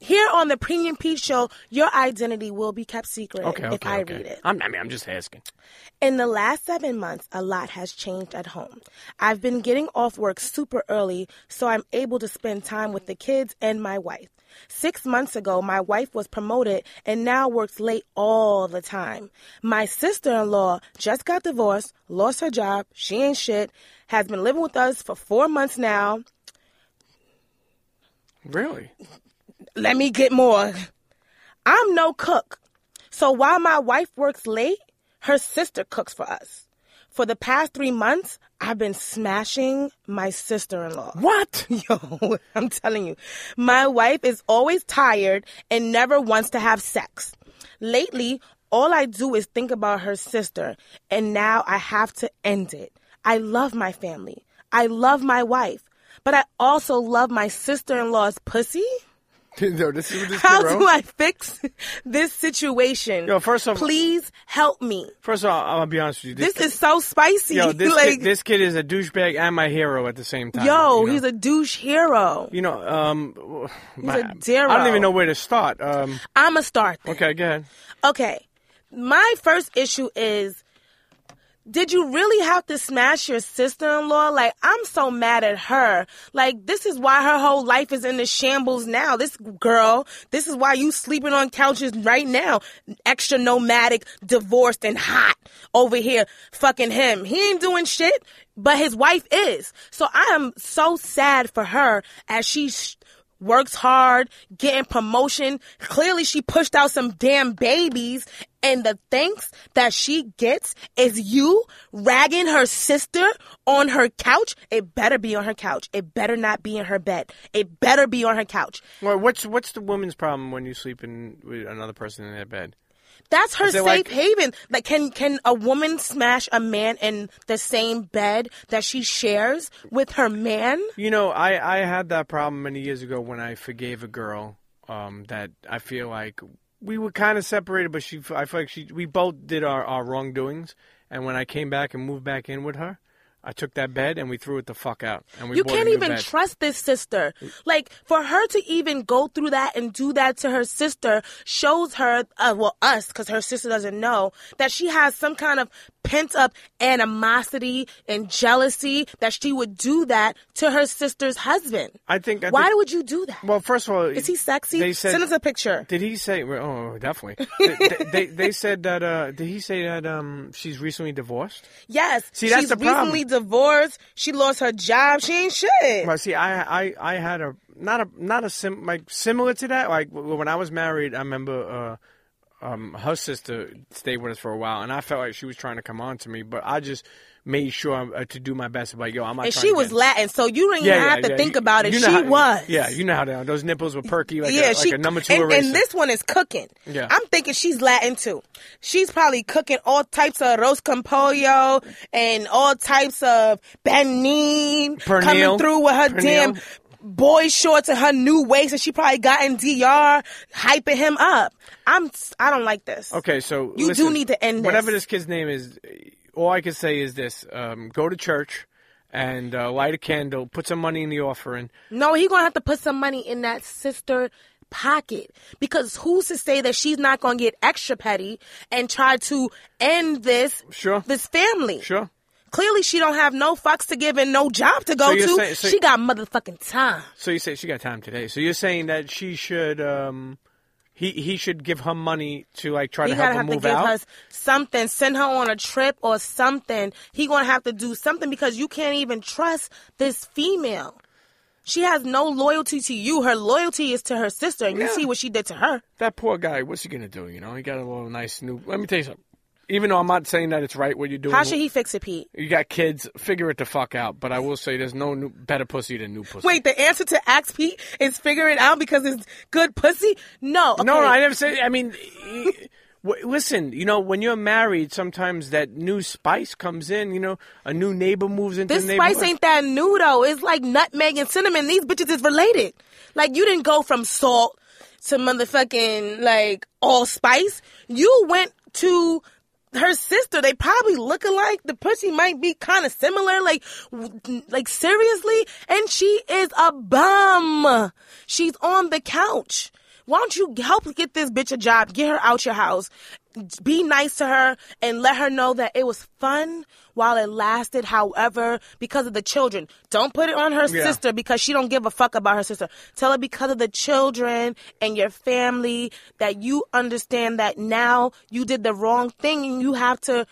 Here on the Premium Pete Show, your identity will be kept secret Okay, okay, if I okay. read it. I'm, I mean, I'm just asking. In the last seven months, a lot has changed at home. I've been getting off work super early, so I'm able to spend time with the kids and my wife. Six months ago, my wife was promoted and now works late all the time. My sister in law just got divorced, lost her job, she ain't shit, has been living with us for four months now. Really? Let me get more. I'm no cook. So while my wife works late, her sister cooks for us. For the past three months, I've been smashing my sister in law. What? Yo, I'm telling you. My wife is always tired and never wants to have sex. Lately, all I do is think about her sister, and now I have to end it. I love my family. I love my wife. But I also love my sister in law's pussy. no, this is what this How girl- do I fix this situation? Yo, first of- please help me. First of all, I'm gonna be honest with you. This kid- is so spicy. yo, this like, kid, this kid is a douchebag and my hero at the same time. yo, you know? he's a douche hero. you know, um, my- zero. I don't even know where to start. Um, I'ma start. this. okay, go ahead. Okay. My first issue is did you really have to smash your sister in law? Like, I'm so mad at her. Like, this is why her whole life is in the shambles now. This girl, this is why you sleeping on couches right now. Extra nomadic, divorced, and hot over here. Fucking him. He ain't doing shit, but his wife is. So I am so sad for her as she sh- works hard, getting promotion. Clearly, she pushed out some damn babies, and the thanks that she gets is you ragging her sister on her couch. It better be on her couch. It better not be in her bed. It better be on her couch. Well, what's what's the woman's problem when you sleep in with another person in their bed? That's her Is it safe like- haven. Like, can can a woman smash a man in the same bed that she shares with her man? You know, I, I had that problem many years ago when I forgave a girl um, that I feel like we were kind of separated, but she I feel like she we both did our, our wrongdoings. And when I came back and moved back in with her, I took that bed and we threw it the fuck out. And we You bought a can't new even bed. trust this sister. Like for her to even go through that and do that to her sister shows her, uh, well, us, because her sister doesn't know that she has some kind of pent up animosity and jealousy that she would do that to her sister's husband. I think. I Why think, would you do that? Well, first of all, Is he sexy? They said, Send us a picture. Did he say? well, Oh, definitely. they, they, they said that. Uh, did he say that? Um, she's recently divorced. Yes. See, that's She's the problem. recently divorced. She lost her job. She ain't shit. Well, see, I, I, I had a not a not a sim like similar to that. Like w- when I was married, I remember uh, um, her sister stayed with us for a while, and I felt like she was trying to come on to me, but I just made sure uh, to do my best. Like, yo, I'm not. and trying she to was get- Latin, so you didn't even have to think You- about it. you know she how- was. Yeah, you know how they are. those nipples were perky, like, a, yeah, like she a number two and, eraser. and this one is cooking. Yeah. I'm thinking she's Latin too. She's probably cooking all types of roast con pollo and all types of benin Pernil. coming through with her Pernil. damn boy shorts and her new waist, and she probably got in DR hyping him up. I'm I don't like this. Okay, so You do listen, need to end this. Whatever this kid's name is, all I can say is this: um, go to church and uh, light a candle, put some money in the offering. No, he gonna have to put some money in that sister pocket because who's to say that she's not gonna get extra petty and try to end this Sure. this family? Sure. Clearly, she don't have no fucks to give and no job to go So you're to. saying- so- she got motherfucking time. So you say she got time today. So you're saying that she should, um, he he should give her money to like try He to help gotta her have to move give out. her something, send her on a trip or something. He gonna have to do something because you can't even trust this female. She has no loyalty to you. Her loyalty is to her sister, and you see what she did to her. that poor guy. What's he gonna do? You know, he got a little nice new. Let me tell you something. Even though I'm not saying that it's right what you're doing, How should he fix it, Pete? you got kids, figure it the fuck out. But I will say, there's no new, better pussy than new pussy. Wait, the answer to Axe Pete is figure it out because it's good pussy? No. Okay. No, no, I never said. I mean, e- w- listen, you know, when you're married, sometimes that new spice comes in. You know, a new neighbor moves into This the neighborhood. spice ain't that new though. It's like nutmeg and cinnamon. These bitches is related. Like you didn't go from salt to motherfucking like all spice. You went to her sister. They probably look alike. The pussy might be kind of similar. Like, w- like seriously. And she is a bum. She's on the couch. Why don't you help get this bitch a job? Get her out your house. Be nice to her and let her know that it was fun while it lasted. However, because of the children, don't put it on her Yeah. sister because she don't give a fuck about her sister. Tell her because of the children and your family that you understand that now you did the wrong thing and you have to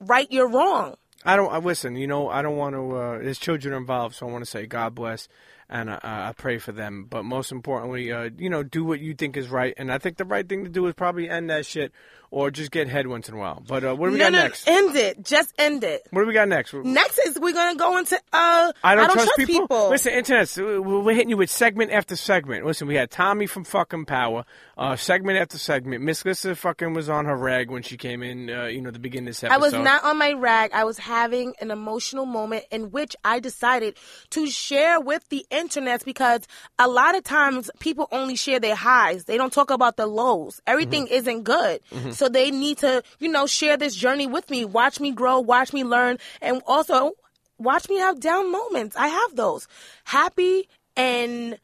right your wrong. I don't. I listen. You know, I don't want to. Uh, there's children involved, so I want to say God bless, and I, I I pray for them. But most importantly, uh, you know, do what you think is right, and I think the right thing to do is probably end that shit, or just get head once in a while. But uh, what do we no, got no, next? end it. Just end it. What do we got next? Next is we're gonna go into uh I don't, trust, people. Listen, internet, uh, we're hitting you with segment after segment. Listen, we had Tommy from fucking Power, uh, segment after segment. Miss Lissa fucking was on her rag when she came in, uh, you know, the beginning of this episode. I was not on my rag. I was having an emotional moment in which I decided to share with the internet because a lot of times people only share their highs. They don't talk about the lows. Everything isn't good. So they need to, you know, share this journey with me. Watch me grow, watch me learn, and also watch me have down moments. I have those. Happy and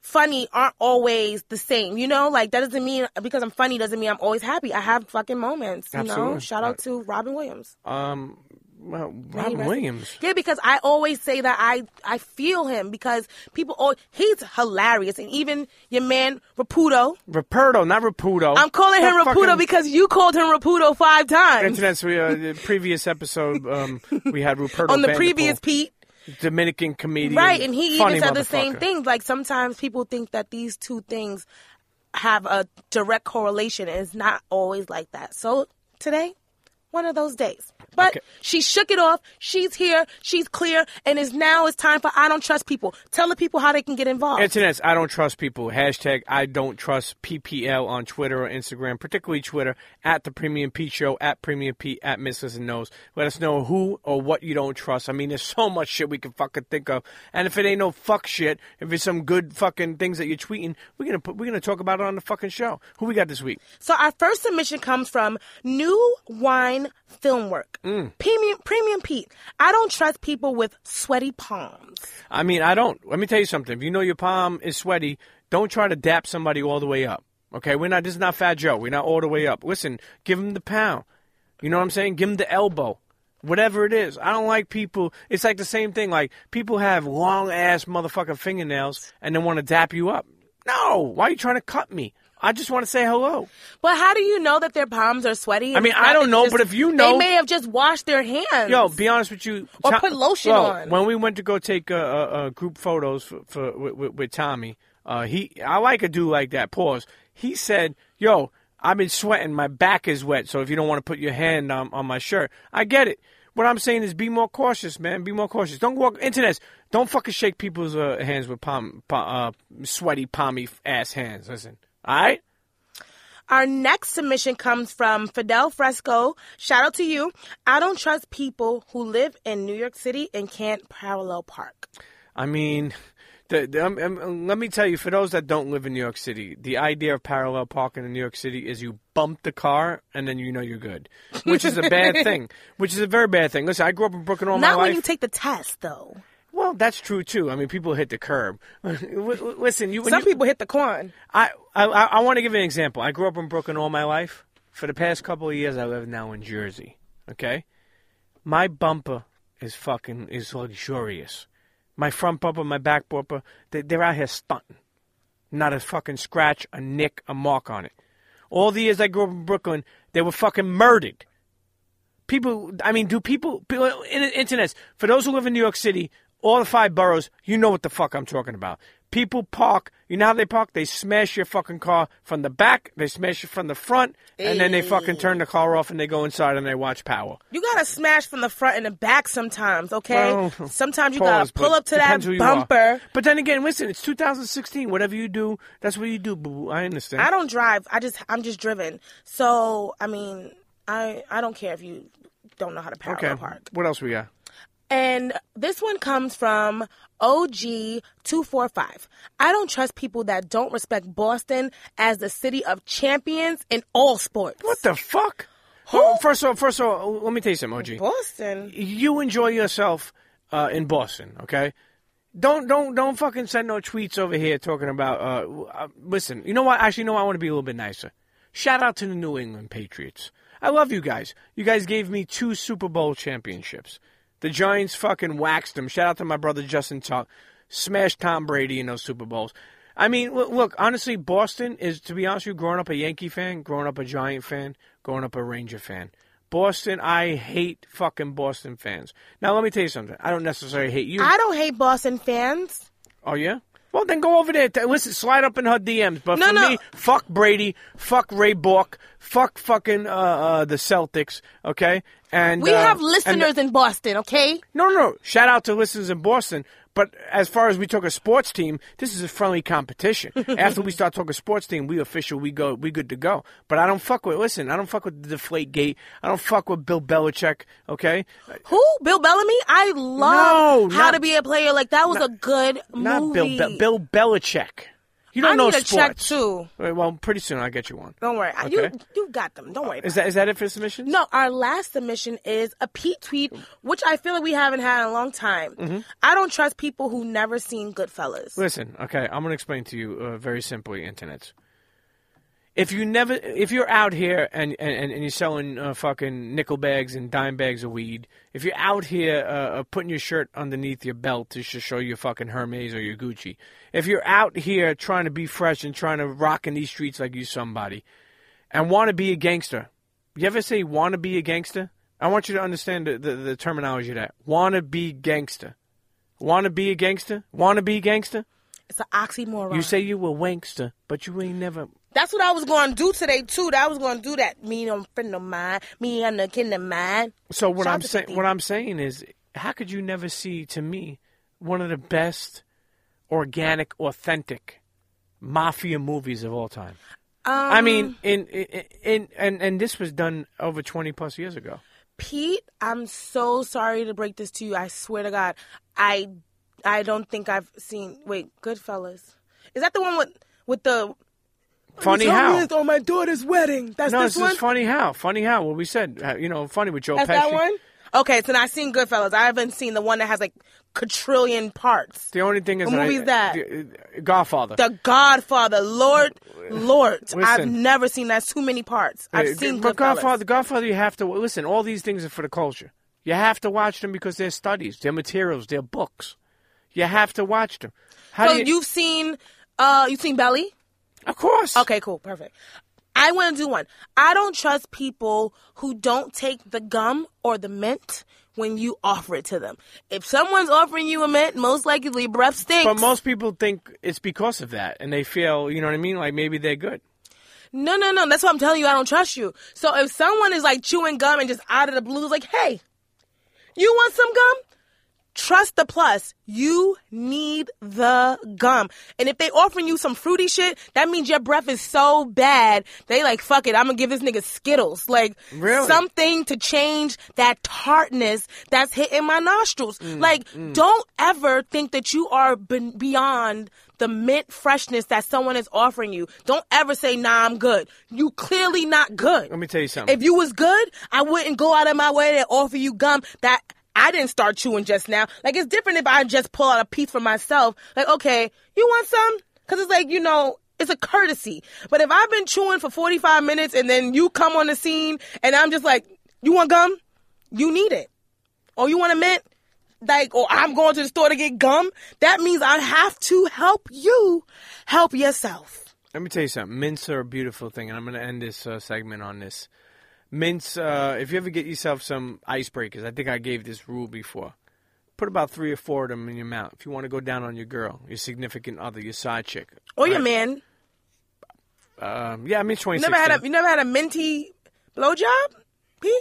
funny aren't always the same. You know, like that doesn't mean because I'm funny doesn't mean I'm always happy. I have fucking moments. You know, Absolutely. shout out to Robin Williams. Well, May he Robin rest- Williams. Yeah, because I always say that I I feel him because people. All, he's hilarious, and even your man Raputo. Raputo, not Raputo. I'm calling him That Raputo fucking- because you called him Raputo five times Internet, we, uh, the previous episode, um, we had Ruperto on the Vanderpool, previous Pete. Dominican comedian. Right, and he funny even said the same motherfucker. thing. Like sometimes people think that these two things have a direct correlation, and it's not always like that. So today, one of those days. But Okay. she shook it off. She's here. She's clear, and it's now it's time for I don't trust people. Tell the people how they can get involved. Internets, I don't trust people. Hashtag I don't trust PPL on Twitter or Instagram, particularly Twitter, at the Premium Pete Show, at Premium Pete, at Miss Listen Knows. Let us know who or what you don't trust. I mean, there's so much shit we can fucking think of. And if it ain't no fuck shit, if it's some good fucking things that you're tweeting, we're gonna put, we're gonna talk about it on the fucking show. Who we got this week? So our first submission comes from New Wine film work. Mm. Premium, premium Pete. I don't trust people with sweaty palms. I mean, I don't. Let me tell you something. If you know your palm is sweaty, don't try to dap somebody all the way up. Okay, we're not. This is not Fat Joe. We're not all the way up. Listen, give him the pound. You know what I'm saying? Give him the elbow. Whatever it is, I don't like people. It's like the same thing. Like people have long ass motherfucking fingernails and then want to dap you up. No, why are you trying to cut me? I just want to say hello. But how do you know that their palms are sweaty? I mean, It's not I don't that know, but if you know- they may have just washed their hands. Yo, be honest with you. Or Tom- put lotion Yo, on. When we went to go take uh, uh, uh, group photos for, for with, with, with Tommy, uh, he I like a dude like that. Pause. He said, "Yo, I've been sweating. My back is wet. So if you don't want to put your hand on, on my shirt, I get it." What I'm saying is, be more cautious, man. Be more cautious. Don't walk internet. Don't fucking shake people's uh, hands with palm, pa- uh, sweaty, palmy ass hands. Listen, all right. Our next submission comes from Fidel Fresco. Shout out to you. I don't trust people who live in New York City and can't parallel park. I mean, the, the, um, um, let me tell you, for those that don't live in New York City, the idea of parallel parking in New York City is you bump the car and then you know you're good, which is a bad thing. Which is a very bad thing. Listen, I grew up in Brooklyn all Not my when life. you take the test, though. well, that's true too. I mean, people hit the curb. W- w- Listen, you. When Some you- people hit the quan. I I, I want to give an example. I grew up in Brooklyn all my life. For the past couple of years, I live now in Jersey. Okay, my bumper is fucking is luxurious. My front bumper, my back bumper, they, they're out here stunting. Not a fucking scratch, a nick, a mark on it. All the years I grew up in Brooklyn, they were fucking murdered. People, I mean, do people, people in internets, for those who live in New York City, all the five boroughs, you know what the fuck I'm talking about. People park, you know how they park? They smash your fucking car from the back, they smash it from the front, and then they fucking turn the car off and they go inside and they watch power. You gotta smash from the front and the back sometimes, okay? Well, sometimes you Pause, gotta pull but up to that depends who you are. bumper. But then again, listen, it's 2016. Whatever you do, that's what you do, boo. I understand. I don't drive. I just I'm just driven. So I mean, I I don't care if you don't know how to parallel okay. park. What else we got? And this one comes from OG245. I don't trust people that don't respect Boston as the city of champions in all sports. What the fuck? Well, first of all, first of all, let me tell you something, OG. Boston? you enjoy yourself uh, in Boston, okay? Don't don't don't fucking send no tweets over here talking about. Uh, w- uh, listen, you know what? Actually, you know what? I want to be a little bit nicer. Shout out to the New England Patriots. I love you guys. You guys gave me two Super Bowl championships. The Giants fucking waxed them. Shout out to my brother Justin Tuck. Smashed Tom Brady in those Super Bowls. I mean, look, look honestly, Boston is to be honest with you. Growing up a Yankee fan, growing up a Giant fan, growing up a Ranger fan. Boston, I hate fucking Boston fans. Now let me tell you something. I don't necessarily hate you. I don't hate Boston fans. Oh yeah. Well, then go over there. T- listen, slide up in her DMs. But No, for no. me, fuck Brady, fuck Ray Bork, fuck fucking uh, uh, the Celtics. Okay, and We uh, have and- listeners in Boston, okay? no, no, no. Shout out to listeners in Boston. But as far as we talk a sports team, this is a friendly competition. After we start talking sports team, we official, we go, we good to go. But I don't fuck with. Listen, I don't fuck with the Deflate Gate. I don't fuck with Bill Belichick. Okay, Who? Bill Bellamy? I love No, How not- to Be a Player. Like that was a good not Bill. movie. Be- Bill Belichick. You don't I know need a sports. check, too. Wait, Well, pretty soon I'll get you one. Don't worry. I You Okay. you got them. Don't worry. Is about that is that it for submissions? it. no, our last submission is a Pete tweet, which I feel like we haven't had in a long time. I don't trust people who never seen Goodfellas. Listen, okay, I'm going to explain to you uh, very simply, internet. If you never, if you're out here and and, and you're selling uh, fucking nickel bags and dime bags of weed, if you're out here uh, uh, putting your shirt underneath your belt to sh- show your fucking Hermes or your Gucci, if you're out here trying to be fresh and trying to rock in these streets like you somebody, and want to be a gangster, you ever say want to be a gangster? I want you to understand the, the, the terminology of that. Want to be gangster. Want to be a gangster? Want to be gangster? It's an oxymoron. You say you were wankster, but you ain't never. That's what I was going to do today too. That I was going to do that. Me and a friend of mine. Me and a kin of mine. So what Shout out I'm to saying, 50. what I'm saying is, how could you never see to me one of the best, organic, authentic mafia movies of all time? Um, Uh-huh. I mean, in in, in and and this was done over 20 plus years ago. Pete, I'm so sorry to break this to you. I swear to God, I I don't think I've seen. Wait, Goodfellas. Is that the one with with the Funny so how. It's on my daughter's wedding. That's no, this this one. is funny how. Funny how. What we said. uh, You know, funny with Joe That's Pesci. that one. Okay, so now I've seen Goodfellas. I haven't seen the one that has like quadrillion parts. The only thing is What that I- movie is that? the- uh, Godfather. The Godfather, Lord, Lord. I've Listen. never seen that. Too many parts. I've Uh, seen but Goodfellas. Godfather. Godfather. You have to listen. All these things are for the culture. You have to watch them because they're studies, they're materials, they're books. You have to watch them. How So do you've seen, uh, you've seen Belly. Of course. Okay, cool, perfect. I want to do one. I don't trust people who don't take the gum or the mint when you offer it to them. If someone's offering you a mint, most likely your breath stinks. But most people think it's because of that, and they feel, you know what I mean? Like maybe they're good. No, no, no. That's why I'm telling you. I don't trust you. So if someone is like chewing gum and just out of the blue, is like, hey, you want some gum? Trust the plus. You need the gum. And if they offering you some fruity shit, that means your breath is so bad. They like, fuck it. I'm going to give this nigga Skittles. Like Really? something to change that tartness that's hitting my nostrils. like don't ever think that you are ben- beyond the mint freshness that someone is offering you. Don't ever say, nah, I'm good. You clearly not good. Let me tell you something. If you was good, I wouldn't go out of my way to offer you gum that I didn't start chewing just now. Like it's different if I just pull out a piece for myself. Like, okay, you want some? Cause it's like, you know, it's a courtesy. But if I've been chewing for 45 minutes and then you come on the scene and I'm just like, you want gum? You need it. Or you want a mint? Like, or I'm going to the store to get gum? That means I have to help you help yourself. Let me tell you something. Mints are a beautiful thing, and I'm going to end this uh, segment on this. Mints, uh, if you ever get yourself some icebreakers, I think I gave this rule before. Put about three or four of them in your mouth. If you want to go down on your girl, your significant other, your side chick. Or your Right. man. Um, yeah, I mean, You 26. never had a you never had a minty blowjob, Pete.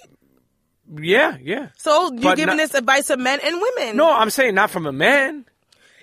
yeah, yeah. So you But giving not- this advice to men and women? No, I'm saying not from a man.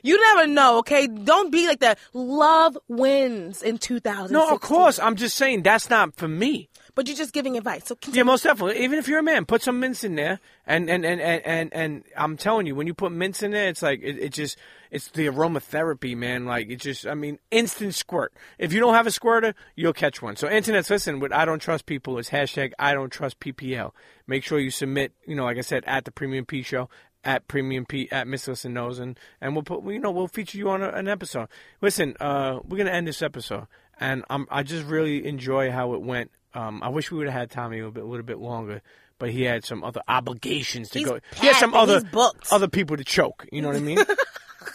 you never know. Okay, don't be like that. Love wins in 2000. No, of course. I'm just saying that's not for me. but you're just giving advice. So continue. Yeah, most definitely. Even if you're a man, put some mints in there, and and and and and, and I'm telling you, when you put mints in there, it's like it, it just it's the aromatherapy, man. Like it just, I mean, instant squirt. If you don't have a squirter, you'll catch one. So, internet's listen. What I don't trust people is hashtag I don't trust PPL. Make sure you submit. You know, like I said, at the Premium P Show. At Premium P at Miss Listen Knows and and we'll put you know we'll feature you on a, an episode. Listen, uh, we're gonna end this episode and i I just really enjoy how it went. Um, I wish we would have had Tommy a little bit, little bit longer, but he had some other obligations to He's go. he had packed some and other he's booked. other people to choke. You know what I mean?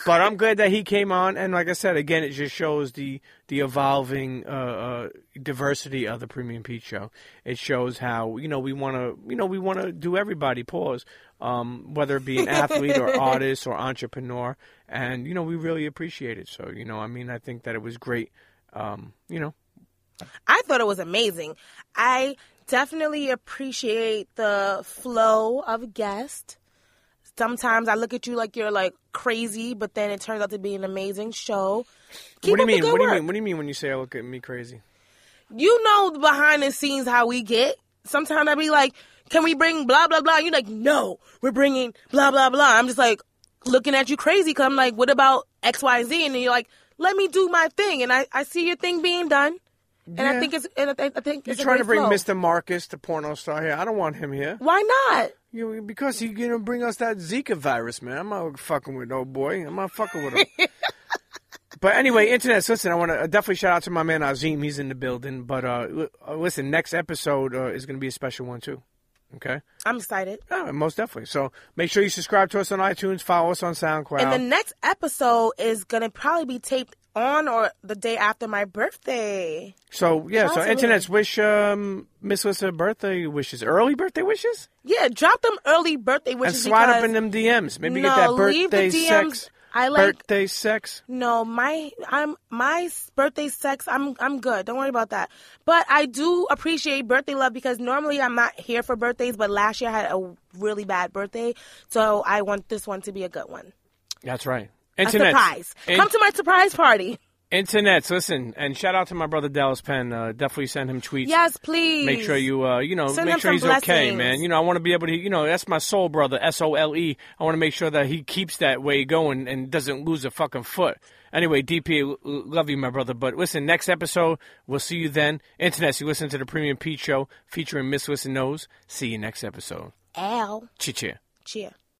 but I'm glad that he came on, and like I said, again, it just shows the the evolving uh, uh, diversity of the Premium Pete Show. It shows how you know we want to you know we want to do everybody. Pause. Um, whether it be an athlete or artist or entrepreneur, and you know we really appreciate it. So you know, I mean, I think that it was great. Um, you know, I thought it was amazing. I definitely appreciate the flow of guest. Sometimes I look at you like you're like crazy, but then it turns out to be an amazing show. Keep what do up you mean? the good What do you work. mean? What do you mean when you say I look at me crazy? you know the behind the scenes how we get. Sometimes I be like, can we bring blah blah blah? You're like, no, we're bringing blah blah blah. I'm just like looking at you crazy because I'm like, what about X Y Z? And you're like, let me do my thing, and I, I see your thing being done, and I Yeah. think it's and I, think- I think You're it's a trying great to bring flow. Mr. Marcus, the porno star, here. I don't want him here. Why not? You, because he gonna bring us that Zika virus, man. I'm not fucking with no boy. I'm not fucking with him. but anyway, internet, listen. I want to definitely shout out to my man Azim. He's in the building. But uh, li- uh, listen, next episode uh, is gonna be a special one too. Okay, I'm excited. yeah, most definitely. So make sure you subscribe to us on iTunes, follow us on SoundCloud. And the next episode is gonna probably be taped on or the day after my birthday. so yeah, so Absolutely. internet's wish um, Miss Lisa birthday wishes, early birthday wishes. Yeah, drop them early birthday and wishes. slide up because- in them DMs. Maybe No, get that leave the birthday DMs. sex. I like- birthday sex. No, my I'm my s- birthday sex. I'm I'm good. Don't worry about that. But I do appreciate birthday love because normally I'm not here for birthdays, but last year I had a really bad birthday, so I want this one to be a good one. That's right. A Internet. surprise. Come to my surprise party. Internets, listen, and shout out to my brother Dallas Penn. Uh, definitely send him tweets. Yes, please. Make sure you, uh, you know, Send him make sure some he's okay, blessings. man. You know, I want to be able to, you know, that's my soul brother, S O L E. I want to make sure that he keeps that way going and doesn't lose a fucking foot. Anyway, DP, l- l- love you, my brother. But listen, next episode, we'll see you then. Internet, you listen to the Premium Pete Show featuring Miss Listen Knows. See you next episode. Ow. Cheer, cheer. Cheer.